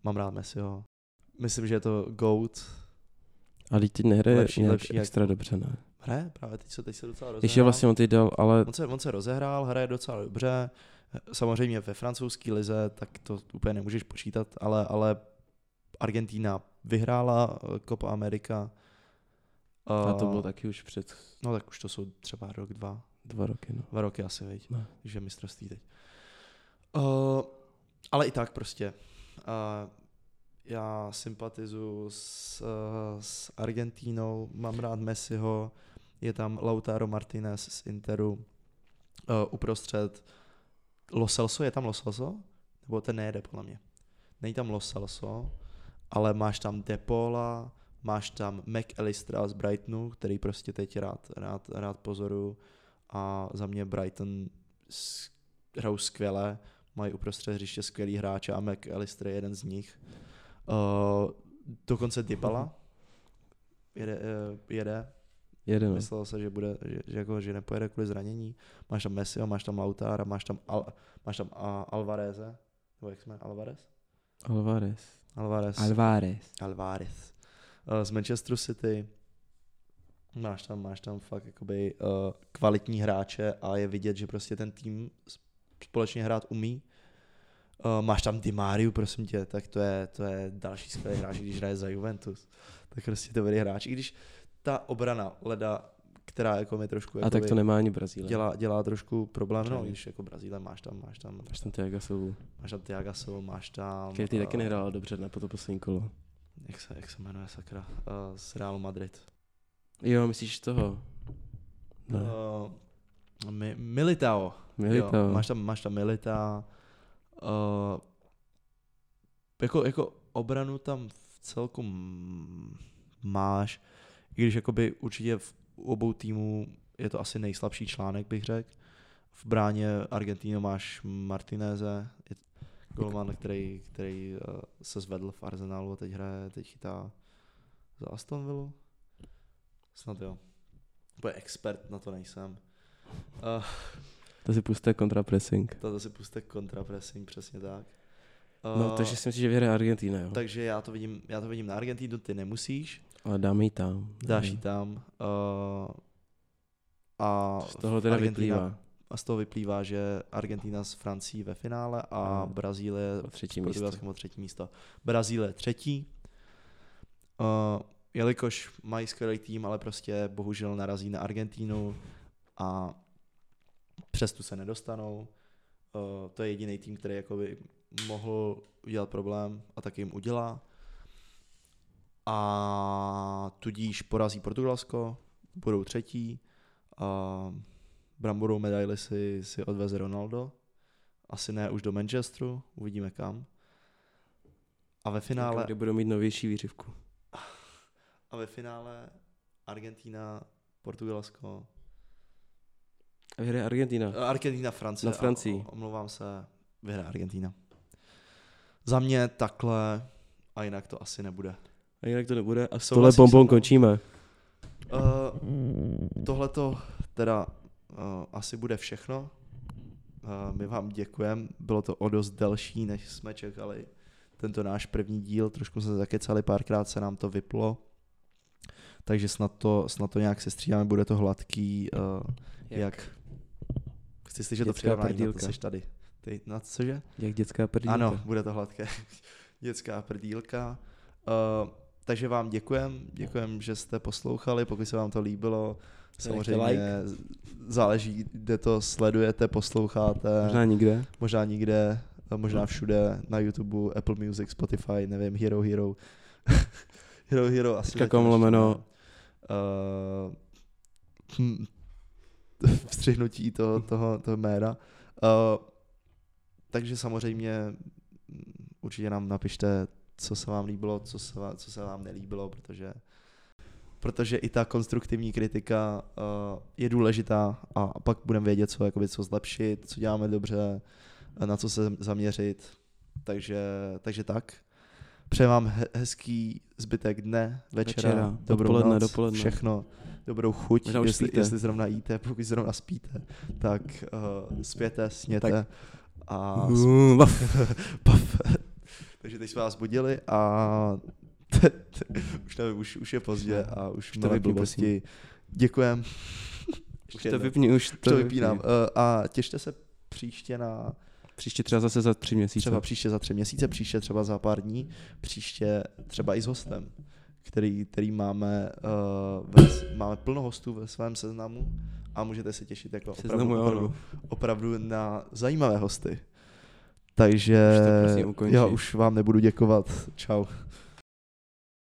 B: mám rád Messiho. Myslím, že je to GOAT.
A: A teď teď nehraje lepší,
B: Lepší-
A: nějak
B: lepší
A: lepší,
B: jak-
A: extra dobře, ne?
B: Hraje právě teď se, teď se docela rozehrál.
A: Když je vlastně on teď dal, ale
B: on, se, on se rozehrál, hraje docela dobře. Samozřejmě ve francouzské lize, tak to úplně nemůžeš počítat, ale, ale Argentína vyhrála eh, Copa America.
A: a to
B: Eh,
A: bylo taky už před
B: No tak už to jsou třeba rok, dva.
A: dva roky, no.
B: Dva roky asi, viď?
A: No.
B: Že mistrovství teď. Uh, Ale i tak prostě. Uh, já sympatizuju s, uh, s Argentínou, mám rád Messiho, je tam Lautaro Martinez z Interu uh, uprostřed. Loselso, je tam Loselso? Nebo ten nejede podle mě. Není tam Loselso, ale máš tam Depola, máš tam McAllistera z Brightonu, který prostě teď rád, rád, rád pozoru a za mě Brighton s- hrajou skvěle, mají uprostřed hřiště skvělý hráče a McAllister je jeden z nich. Uh, dokonce Dybala jede, eh, jede
A: Jede, no.
B: Myslelo se, že, bude, že, že, jako, že nepojede kvůli zranění. Máš tam Messiho, máš tam Lautára, máš tam, Al, máš tam a, Alvareze. Nebo jak jsme? Alvarez?
A: Alvarez.
B: Alvarez.
A: Alvarez.
B: Alvarez. Eh, Z Manchesteru City. Máš tam, máš tam fakt jakoby eh, kvalitní hráče a je vidět, že prostě ten tým s- společně hrát umí. Eh, Máš tam Dimariu, prosím tě, tak to je, to je další skvělý hráč, když hraje za Juventus. Tak prostě to vede hráč. I když ta obrana leda, která jako mi trošku
A: A tak
B: jakoby
A: to nemá ani Brazílie.
B: dělá, dělá trošku problém, no,
A: Přesně.
B: i když jako Brazíle máš tam, máš tam,
A: Až tam Tiago Silva,
B: máš tam Thiago Silva, máš tam...
A: který ty taky
B: eh,
A: nehrál dobře na to poslední kolo.
B: Jak se, jak se jmenuje sakra? Uh, z Realu Madrid.
A: Jo, myslíš toho? Ne.
B: Uh, mi, Militao.
A: Militao.
B: No, Jo, máš tam, máš tam Milita. Uh, jako, jako obranu tam v celku m- máš, i když jakoby určitě v u obou týmů je to asi nejslabší článek, bych řekl. V bráně Argentínu máš Martineze, je golman, který, který eh, se zvedl v Arsenalu a teď hraje, teď chytá za Aston Villa. Snad jo. Bude expert, na to nejsem. Eh,
A: To si pusté kontrapressing.
B: to zase puste kontrapressing, přesně tak.
A: No,
B: Eh,
A: takže si myslím, že vyhraje Argentina, jo. Tak...
B: takže já to vidím, já to vidím na Argentínu, ty nemusíš,
A: Ale dáme ji tam.
B: dáš
A: Nevím.
B: ji tam. eh, a
A: Z toho teda
B: Argentina-
A: vyplývá.
B: A z toho vyplývá, že Argentina s Francií ve finále a
A: Ano.
B: Brazílie
A: Mhm. O třetí
B: s
A: místo.
B: Portugalskem o třetí místo. Brazílie třetí. Uh, jelikož mají skvělý tým, ale prostě bohužel narazí na Argentínu a přes tu se nedostanou. Uh, to je jediný tým, který jakoby mohl udělat problém a tak jim udělá. A tudíž porazí Portugalsko, budou třetí. Uh, bramborovou medaili si, si odveze Ronaldo. Asi ne už do Manchesteru, uvidíme kam. A ve finále,
A: Kde budou mít novější výřivku.
B: a ve finále Argentina, Portugalsko,
A: A vyhraje Argentina.
B: Argentina, Francie.
A: Na Francii.
B: O- o- Omlouvám se, vyhraje Argentina. Za mě takhle a jinak to asi nebude.
A: A jinak to nebude. A s
B: Souhlasíš
A: tohle
B: se
A: bombou
B: mnou?
A: končíme.
B: Uh, Tohle to teda uh, asi bude všechno. Uh, my vám děkujeme. Bylo to o dost delší, než jsme čekali tento náš první díl. Trošku jsme se zakecali, párkrát se nám to vyplo. Takže snad to, snad to nějak sestřídáme, bude to hladký. Uh, jak? jak? Chci slyšet to
A: Dětská
B: přirovnání, na to
A: prdílka.
B: jsi tady. Ty, na cože?
A: Jak dětská prdílka.
B: Ano, bude to hladké. Dětská prdílka. Uh, takže vám děkujem, děkujem, že jste poslouchali, pokud se vám to líbilo, samozřejmě
A: like.
B: z- záleží, kde to sledujete, posloucháte, možná,
A: Možná nikde.
B: možná nikde, možná všude, na YouTube, Apple Music, Spotify, nevím, Hero Hero. Hero Hero asi
A: Teďka
B: zatím
A: kom
B: ještě
A: lomeno.
B: ne. Uh, hm, vstřihnutí toho, toho, toho jména. Uh, takže samozřejmě mm, určitě nám napište, co se vám líbilo, co se vám, co se vám nelíbilo, protože protože i ta konstruktivní kritika uh, je důležitá a pak budeme vědět, co, jakoby, co zlepšit, co děláme dobře, eh, na co se zaměřit. Takže, takže tak. Přeji vám he- hezký zbytek dne, večera,
A: Večera,
B: dobrou
A: odpoledne,
B: noc,
A: dopoledne.
B: všechno, dobrou chuť,
A: Možná už
B: jestli,
A: spíte.
B: jestli zrovna jíte, pokud zrovna spíte, tak uh, spěte, sněte
A: Tak.
B: a
A: Mm, vaf.
B: Paf. Takže teď jsme vás budili a už nevím, už, už je pozdě a už,
A: to
B: milé
A: vypni,
B: blbosti. Děkujem.
A: Už
B: Ještě
A: to
B: jednou.
A: vypni, už to,
B: Už to
A: vypni.
B: vypínám. Eh, A těšte se příště na,
A: Příště třeba zase za tři měsíce.
B: třeba příště za tři měsíce, příště třeba za pár dní, příště třeba i s hostem, který, který máme, uh, ve, máme plno hostů ve svém seznamu a můžete se těšit jako
A: Seznamu,
B: opravdu,
A: jo,
B: opravdu,
A: no.
B: opravdu na zajímavé hosty. Takže
A: Už to prosím ukončí.
B: já už vám nebudu děkovat. Čau.